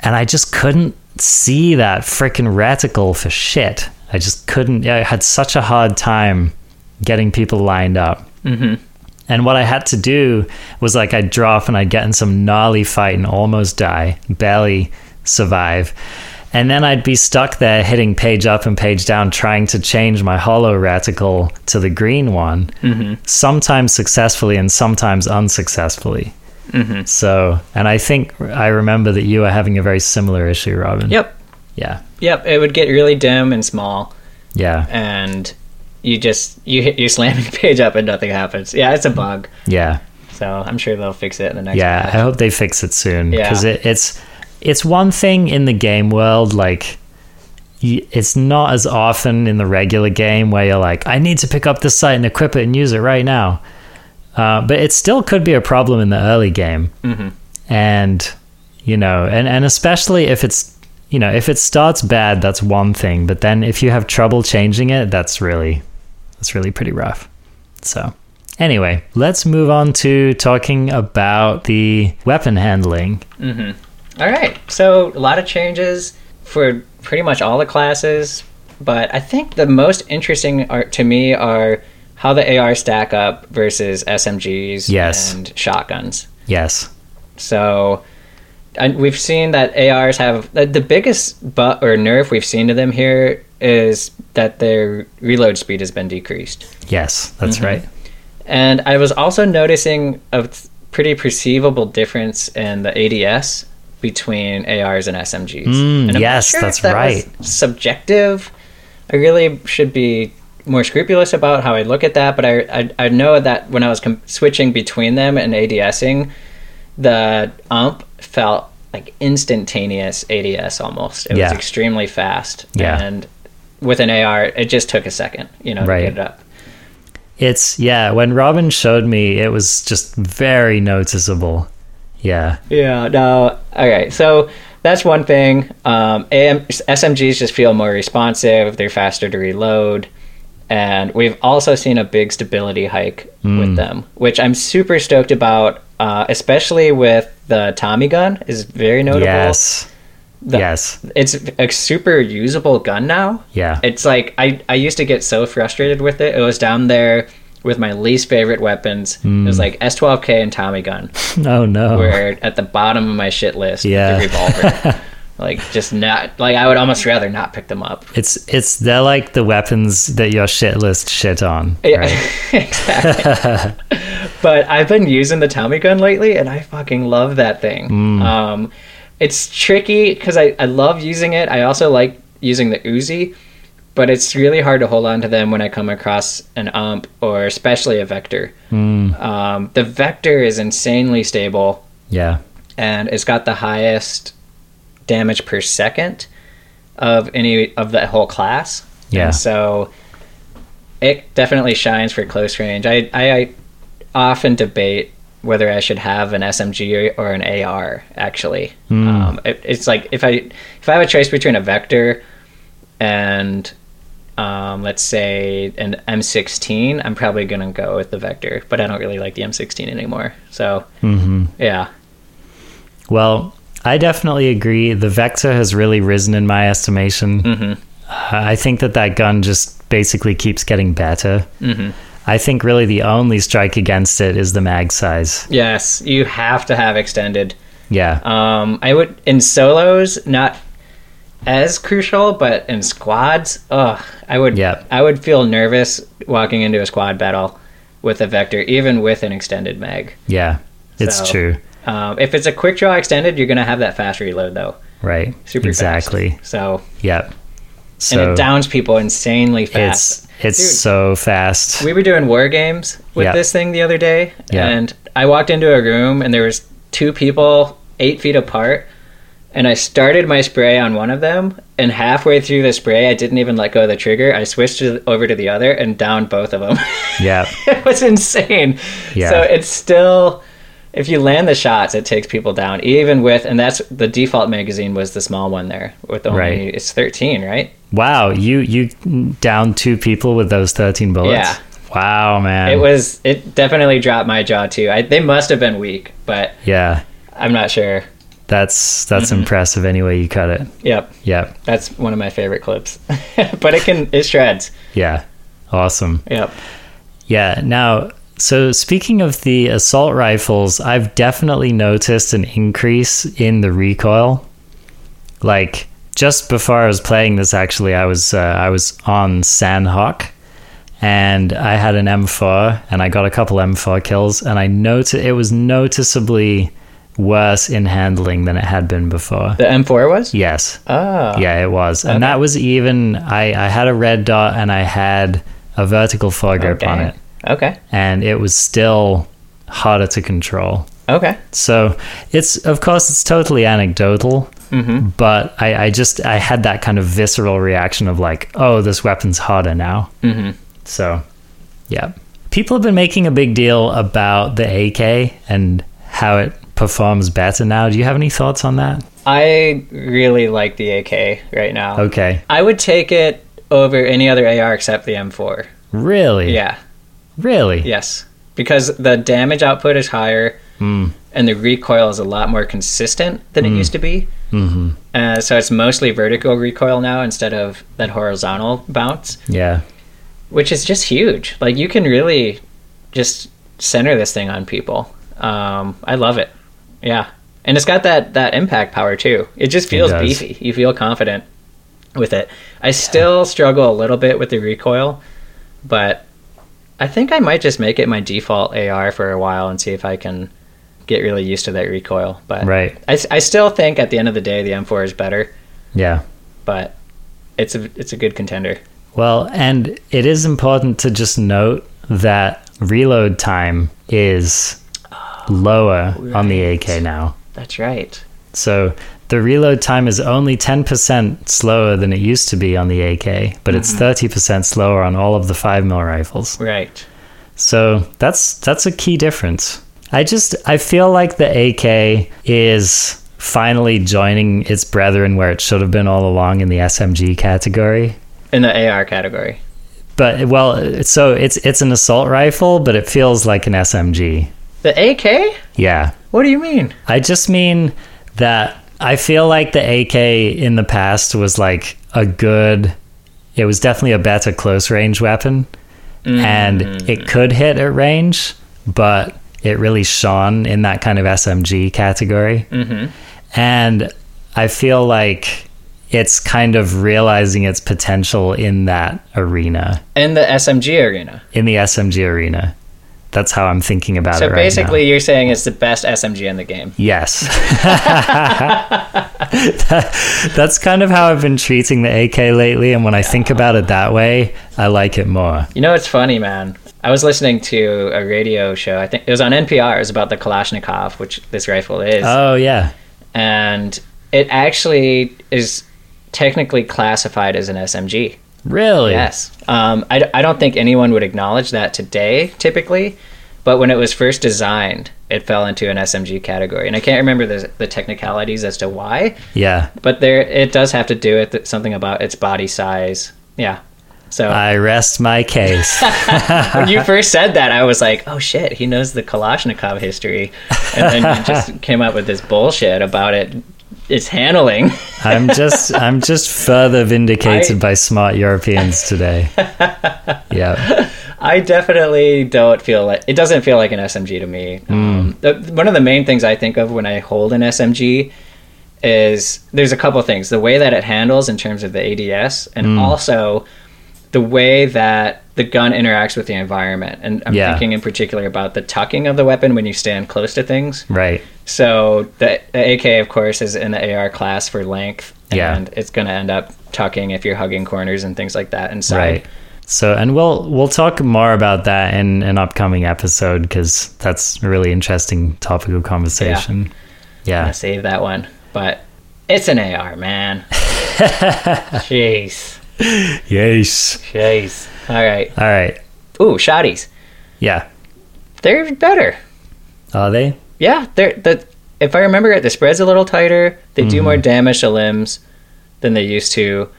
And I just couldn't see that freaking reticle for shit. I just couldn't. I had such a hard time getting people lined up. Mm-hmm And what I had to do was like I'd drop and I'd get in some gnarly fight and almost die, barely survive. And then I'd be stuck there hitting page up and page down, trying to change my hollow reticle to the green one, mm-hmm. sometimes successfully and sometimes unsuccessfully. Mm-hmm. So, and I think I remember that you were having a very similar issue, Robin. Yep. Yeah. Yep. It would get really dim and small. Yeah. And you just you hit you slamming page up and nothing happens. Yeah, it's a bug. Yeah. So I'm sure they'll fix it in the next. Yeah, patch. I hope they fix it soon because yeah. it, it's it's one thing in the game world like y- it's not as often in the regular game where you're like I need to pick up this site and equip it and use it right now. Uh, but it still could be a problem in the early game, mm-hmm. and you know, and and especially if it's you know if it starts bad, that's one thing. But then if you have trouble changing it, that's really that's really pretty rough. So, anyway, let's move on to talking about the weapon handling. Mm-hmm. All right. So, a lot of changes for pretty much all the classes, but I think the most interesting are, to me are how the AR stack up versus SMGs yes. and shotguns. Yes. So, and we've seen that ARs have the, the biggest but or nerf we've seen to them here is that their reload speed has been decreased. Yes, that's mm-hmm. right. And I was also noticing a pretty perceivable difference in the ADS between ARs and SMGs. Mm, and yes, sure that's that right. subjective. I really should be more scrupulous about how I look at that, but I I, I know that when I was com- switching between them and ADSing, the ump felt like instantaneous ADS almost. It yeah. was extremely fast. Yeah. And with an AR, it just took a second, you know, right. to get it up. It's yeah, when Robin showed me, it was just very noticeable. Yeah. Yeah, no. All right. So that's one thing. Um, AM, SMGs just feel more responsive, they're faster to reload. And we've also seen a big stability hike mm. with them, which I'm super stoked about, uh, especially with the Tommy gun is very notable. Yes. The, yes it's a super usable gun now yeah it's like i i used to get so frustrated with it it was down there with my least favorite weapons mm. it was like s12k and tommy gun oh no were at the bottom of my shit list yeah revolver like just not like i would almost rather not pick them up it's it's they're like the weapons that your shit list shit on yeah right? exactly but i've been using the tommy gun lately and i fucking love that thing mm. um it's tricky because I, I love using it. I also like using the Uzi, but it's really hard to hold on to them when I come across an ump or especially a vector. Mm. Um, the vector is insanely stable Yeah. and it's got the highest damage per second of any of the whole class. Yeah. And so it definitely shines for close range. I, I, I often debate whether I should have an SMG or, an AR. Actually, Mm. um, it, it's like if I if I have a choice between a vector and um, let's say an M16, I'm probably gonna go with the vector. But I don't really like the M16 anymore. So Mm-hmm. yeah, Well, I definitely agree. The Vector has really risen in my estimation. mm-hmm. Uh, I think that that gun just basically keeps getting better. Mm-hmm. I think really the only strike against it is the mag size. yes, you have to have extended. Yeah. Um, I would in solos not as crucial, but in squads, ugh, I would Yeah. I would feel nervous walking into a squad battle with a vector, even with an extended mag. yeah. It's so- true. Um, if it's a quick draw extended, you're gonna have that fast reload though, Right. super exactly. fast. So, Yep. and So it downs people insanely fast. it's it's Dude. so fast. we were doing war games with Yeah. this thing the other day Yeah. and i walked into a room and there was two people eight feet apart and i started my spray on one of them and halfway through the spray i didn't even let go of the trigger i switched to, over to the other and downed both of them yeah. it was insane Yeah. so it's still if you land the shots it takes people down even with and that's the default magazine was the small one there with only Right. it's 13 right Wow, you you downed two people with those 13 bullets. Yeah. Wow, man. it was it definitely dropped my jaw too I, they must have been weak but Yeah. I'm not sure. That's that's Mm-hmm. impressive any way you cut it. Yep, Yep. that's one of my favorite clips. but it can it shreds. Yeah. Awesome. Yep. Yeah. Now So, speaking of the assault rifles, I've definitely noticed an increase in the recoil. Like just before I was playing this, actually, I was uh, I was on Sandhawk, and I had an M4, and I got a couple M4 kills, and I noticed it was noticeably worse in handling than it had been before. The M4 was? Yes. Oh. Yeah, it was. And that was even I, I had a red dot and I had a vertical foregrip on dang. it. Okay. And it was still harder to control. Okay. So it's of course it's totally anecdotal, but I, I just I had that kind of visceral reaction of like, oh, this weapon's harder now. Mm-hmm. So, yeah, people have been making a big deal about the AK and how it performs better now. Do you have any thoughts on that? I really like the AK right now. Okay, I would take it over any other AR except the M4. Hmm. really, Yeah. really, Yes. Because the damage output is higher and the recoil is a lot more consistent than it used to be. Mm-hmm. Uh, so it's mostly vertical recoil now instead of that horizontal bounce, yeah. which is just huge. Like you can really just center this thing on people. Um, I love it. Yeah. And it's got that, that impact power too. It just feels does. beefy. You feel confident with it. I still struggle a little bit with the recoil, but I think I might just make it my default AR for a while and see if I can get really used to that recoil. But Right. I, s- I still think at the end of the day the M4 is better, Yeah. but it's a it's a good contender. Well, and it is important to just note that reload time is lower on the AK now. That's right. So the reload time is only 10% slower than it used to be on the AK, but it's 30% slower on all of the 5mm rifles. Right. So that's that's a key difference. I just I feel like the AK is finally joining its brethren where it should have been all along in the SMG category. In the AR category. But well, so it's it's an assault rifle, but it feels like an SMG. The AK? Yeah. What do you mean? I just mean that I feel like the AK in the past was like a good it was definitely a better close range weapon and it could hit at range, but it really shone in that kind of SMG category. Mm-hmm. And I feel like it's kind of realizing its potential in that arena, In the SMG arena. in the SMG arena. That's how I'm thinking about So it right now. basically you're saying it's the best SMG in the game. Yes. That- that's kind of how I've been treating the AK lately. And when I think about it that way, I like it more. You know it's funny, man. I was listening to a radio show. I think it was on NPR. It was about the Kalashnikov, which this rifle is. Oh, yeah. and it actually is technically classified as an SMG. Really? Yes. Um, I, d- I don't think anyone would acknowledge that today, typically, but when it was first designed, it fell into an SMG category. And I can't remember the, the technicalities as to why, Yeah. but there it does have to do with th- something about its body size. Yeah. So I rest my case. when you first said that, I was like, oh shit, he knows the Kalashnikov history. And then you just came up with this bullshit about it. It's handling. I'm just I'm just further vindicated I- by smart Europeans today. Yeah. I definitely don't feel like it doesn't feel like an SMG to me. Hmm. Um, the, one of the main things I think of when I hold an SMG is there's a couple things the way that it handles in terms of the ADS, and Hmm. also the way that the gun interacts with the environment. And I'm Yeah. thinking in particular about the tucking of the weapon when you stand close to things. Right. So the, the AK, of course, is in the AR class for length, Yeah. and it's going to end up tucking if you're hugging corners and things like that inside. Right. So, and we'll we'll talk more about that in an upcoming episode because that's a really interesting topical conversation. Yeah. I save that one. But it's an AR, man. Jeez. Yes. Jeez. All right. All right. Ooh, shotties. Yeah. They're better. Are they? Yeah, they're the if I remember it, the spread's a little tighter. They do more damage to limbs than they used to.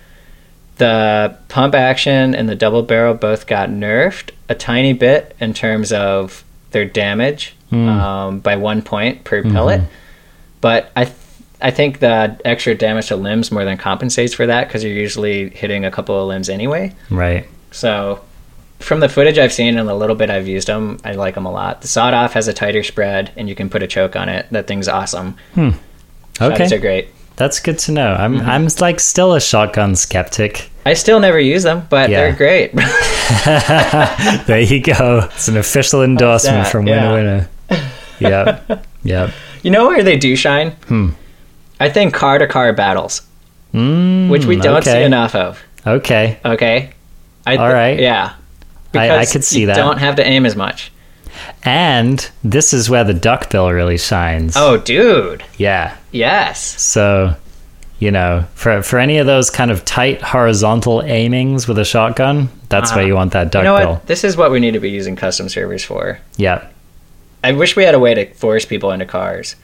The pump action and the double barrel both got nerfed a tiny bit in terms of their damage um, by one point per pellet. But I, th- I think the extra damage to limbs more than compensates for that because you're usually hitting a couple of limbs anyway. Right. So From the footage I've seen and the little bit I've used them, I like them a lot. The sawed off has a tighter spread, and you can put a choke on it. That thing's awesome. Hmm. Shotguns Okay. are great. That's good to know. I'm Mm-hmm. I'm like still a shotgun skeptic. I still never use them, but Yeah. they're great. There you go. It's an official endorsement that? from Yeah. Winner Winner. Yep. yep. you know where they do shine? Hmm. I think car to car battles, Mm, which we don't okay. see enough of. Okay. Okay. I All right. Yeah. I- I Because could see you that. Don't have to aim as much. And this is where the duck bill really shines. Oh, dude. Yeah. Yes. So, you know, for for any of those kind of tight horizontal aimings with a shotgun, that's where you want that duck Uh-huh. you know bill. what? This is what we need to be using custom servers for. Yeah. I wish we had a way to force people into cars.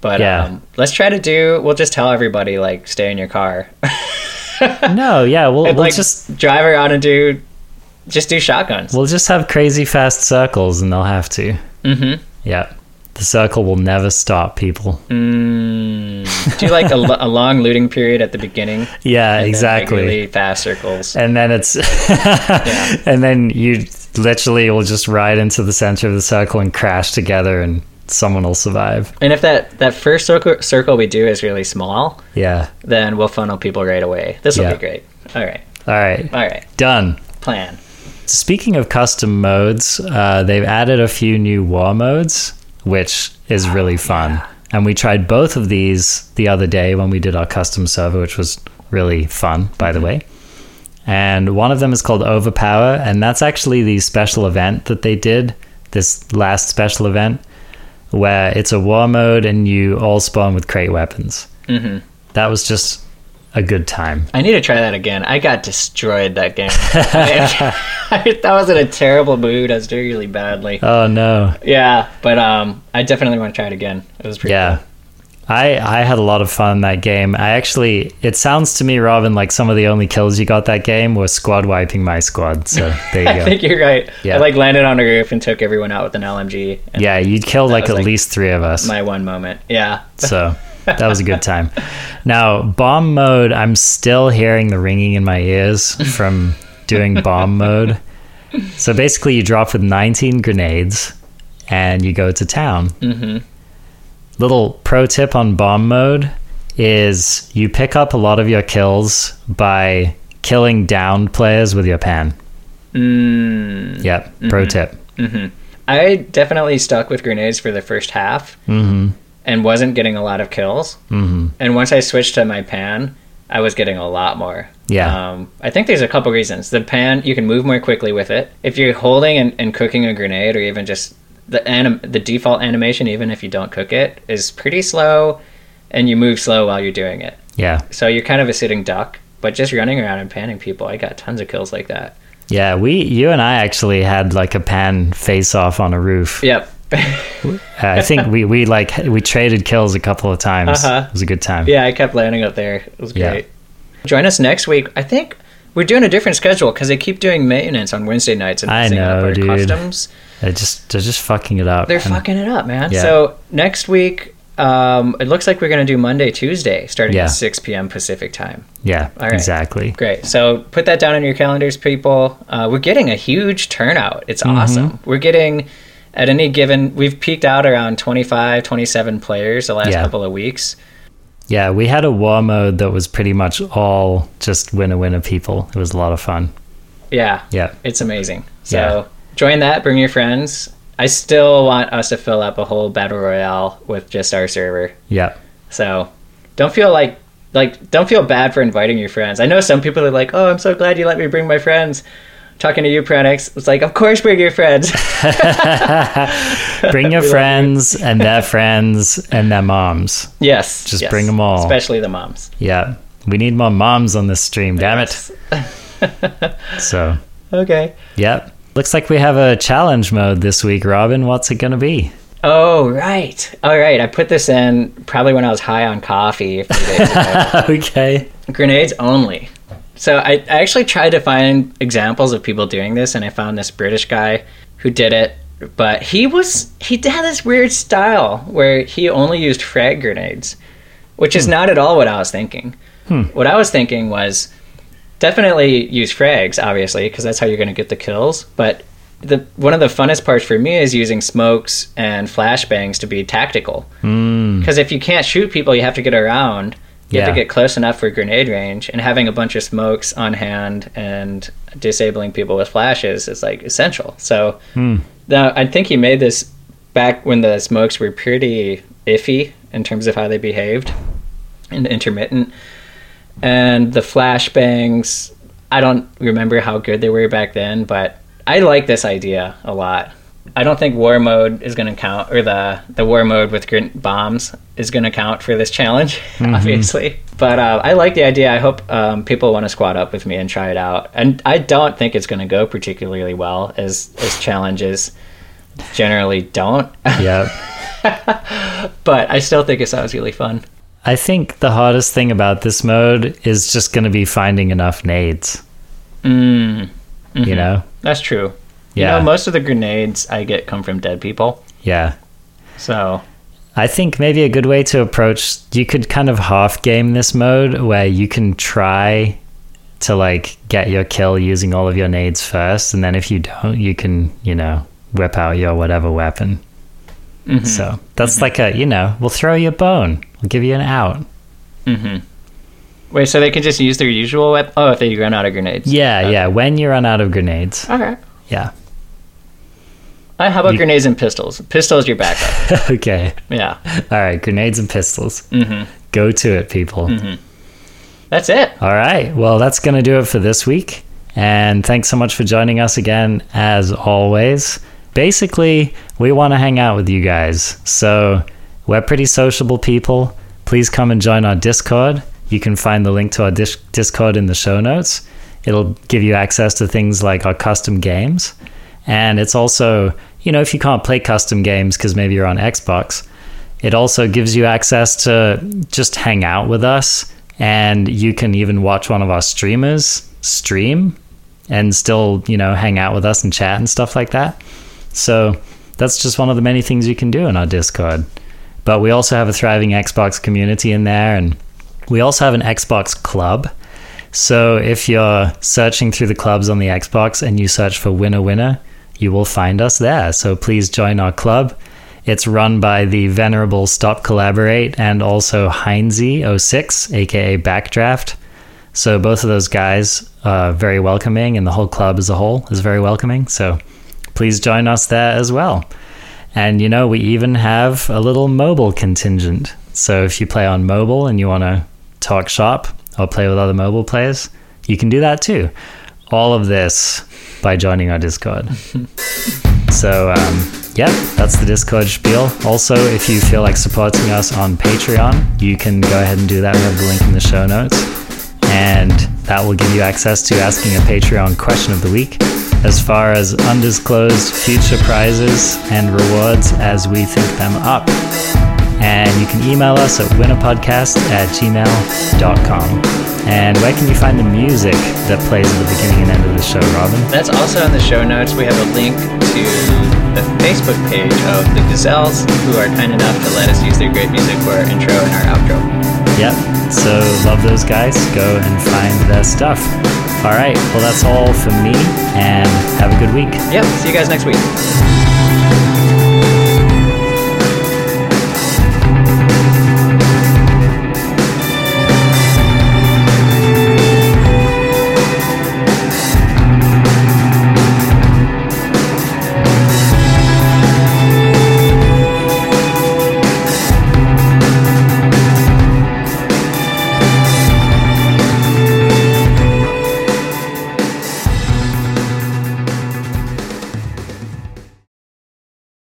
But Yeah. um, let's try to do. We'll just tell everybody like stay in your car. No, yeah, we'll, we'll And, like just just drive around and do, just do shotguns. we'll just have crazy fast circles and they'll have to. Mm-hmm. Yeah. The circle will never stop people. Mm. Do like a, lo- a long looting period at the beginning. Yeah, and then, like, exactly. Eh. really fast circles. and then it's and then you literally will just ride into the center of the circle and crash together and someone will survive. And if that that first circle circle we do is really small, Yeah. then we'll funnel people right away. This will Yeah. be great. All right. All right. All right. Done. Plan. Speaking of custom modes, uh, they've added a few new war modes, which is really fun. And we tried both of these the other day when we did our custom server, which was really fun, by the way. And one of them is called Overpower, and that's actually the special event that they did, this last special event, where it's a war mode and you all spawn with crate weapons. hmm That was just a good time. I need to try that again. I got destroyed that game. I, I was in a terrible mood. I was doing really badly. Oh no. Yeah, but um, I definitely want to try it again. It was pretty. Yeah. I, I had a lot of fun in that game. I actually, it sounds to me, Robin, like some of the only kills you got that game were squad wiping my squad. So there I you go. think you're right. Yeah. I like landed on a roof and took everyone out with an LMG. And Yeah, you'd kill like was at like least three of us. My one moment. Yeah. so that was a good time. Now, bomb mode, I'm still hearing the ringing in my ears from doing bomb mode. So basically, you drop with 19 grenades and you go to town. hmm little pro tip on bomb mode is you pick up a lot of your kills by killing downed players with your pan. Mm. Yep, pro tip. I definitely stuck with grenades for the first half Mm-hmm. and wasn't getting a lot of kills. Mm-hmm. And once I switched to my pan, I was getting a lot more. Yeah. Um, I think there's a couple reasons. The pan, you can move more quickly with it. If you're holding and, and cooking a grenade, or even just the anim- the default animation, even if you don't cook it, is pretty slow, and you move slow while you're doing it. Yeah, So you're kind of a sitting duck. But just running around and panning people, I got tons of kills like that. yeah. We, you and I actually had like a pan face off on a roof. Yep. Uh, I think we we like we traded kills a couple of times. Uh-huh. It was a good time. Yeah, I kept landing up there. It was Yeah. great. Join us next week. I think we're doing a different schedule because they keep doing maintenance on Wednesday nights and I messing up know, our dude. customs. They're just they're just fucking it up. They're And- fucking it up, man. Yeah. So next week, um, it looks like we're going to do Monday, Tuesday, starting Yeah. at 6 p.m. Pacific time. Yeah, All right. exactly. Great. So put that down on your calendars, people. Uh, we're getting a huge turnout. It's Mm-hmm. awesome. We're getting, at any given, we've peaked out around 25, 27 players the last Yeah. couple of weeks. Yeah, we had a war mode that was pretty much all just winner winner people. It was a lot of fun. Yeah. Yeah. It's amazing. So Yeah. join that. Bring your friends. I still want us to fill up a whole battle royale with just our server. Yeah. So don't feel like like don't feel bad for inviting your friends. I know some people are like, "Oh, I'm so glad you let me bring my friends." Talking to you, Pranix, it's like, of course, bring your friends. bring your friends and their friends and their moms. yes, Just yes. bring 'em all. especially the moms. Yeah. We need more moms on this stream, damn it. So, Okay. yep. Looks like we have a challenge mode this week, Robin. What's it going to be? Oh right, all right. I put this in probably when I was high on coffee a few days ago. okay. grenades only. So I, I actually tried to find examples of people doing this, and I found this British guy who did it. But he was he had this weird style where he only used frag grenades, which is not at all what I was thinking. What I was thinking was definitely use frags, obviously, because that's how you're going to get the kills. But the one of the funnest parts for me is using smokes and flashbangs to be tactical. Because if you can't shoot people, you have to get around. You have to Yeah. get close enough for grenade range, and having a bunch of smokes on hand and disabling people with flashes is like essential. So, now I think he made this back when the smokes were pretty iffy in terms of how they behaved and intermittent and the flashbangs. I don't remember how good they were back then, but I like this idea a lot. I don't think war mode is going to count, or the the war mode with grin- bombs is going to count for this challenge, obviously. But uh, I like the idea. I hope um, people want to squad up with me and try it out. And I don't think it's going to go particularly well, as as challenges generally don't. Yeah. but I still think it sounds really fun. I think the hardest thing about this mode is just going to be finding enough nades. Mm. You know? That's true. Yeah. Mm-hmm. You know, most of the grenades I get come from dead people. Yeah. So I think maybe a good way to approach you could kind of half game this mode where you can try to like get your kill using all of your nades first and then if you don't you can, you know, whip out your whatever weapon. Mm-hmm. So, that's like a, you know, we'll throw you a bone. We'll give you an out. Mm-hmm. wait, so they can just use their usual weapon? Oh, if they run out of grenades. Yeah, yeah, when you run out of grenades. All right. Yeah. Uh, how about grenades and pistols? Pistols, your backup. okay. yeah, All right, grenades and pistols. Go to it, people. that's it. All right, well, that's going to do it for this week. And thanks so much for joining us again, as always. Basically, we want to hang out with you guys. So we're pretty sociable people. Please come and join our Discord. You can find the link to our dis- Discord in the show notes. It'll give you access to things like our custom games. And it's also, you know, if you can't play custom games because maybe you're on Xbox, it also gives you access to just hang out with us. And you can even watch one of our streamers stream and still, you know, hang out with us and chat and stuff like that. So that's just one of the many things you can do in our Discord. But we also have a thriving Xbox community in there. And we also have an Xbox club. So if you're searching through the clubs on the Xbox and you search for Winner Winner, you will find us there. So please join our club. It's run by the venerable Stop Collaborate and also Heinze06, aka Backdraft. So both of those guys are very welcoming, and the whole club as a whole is very welcoming. So please join us there as well. And you know, we even have a little mobile contingent. So if you play on mobile and you want to talk shop or play with other mobile players, you can do that too. All of this by joining our Discord. so, um, yep, that's the Discord spiel. Also, if you feel like supporting us on Patreon, you can go ahead and do that. We have the link in the show notes and that will give you access to asking a Patreon question of the week, as far as undisclosed future prizes and rewards as we think them up. And you can email us at winnerpodcast at gmail.com. And where can you find the music that plays at the beginning and end of the show, Robin? That's also in the show notes. We have a link to the Facebook page of the Gazelles, who are kind enough to let us use their great music for our intro and our outro. Yep. So love those guys. Go and find their stuff. All right. Well, that's all from me, and have a good week. Yep. See you guys next week.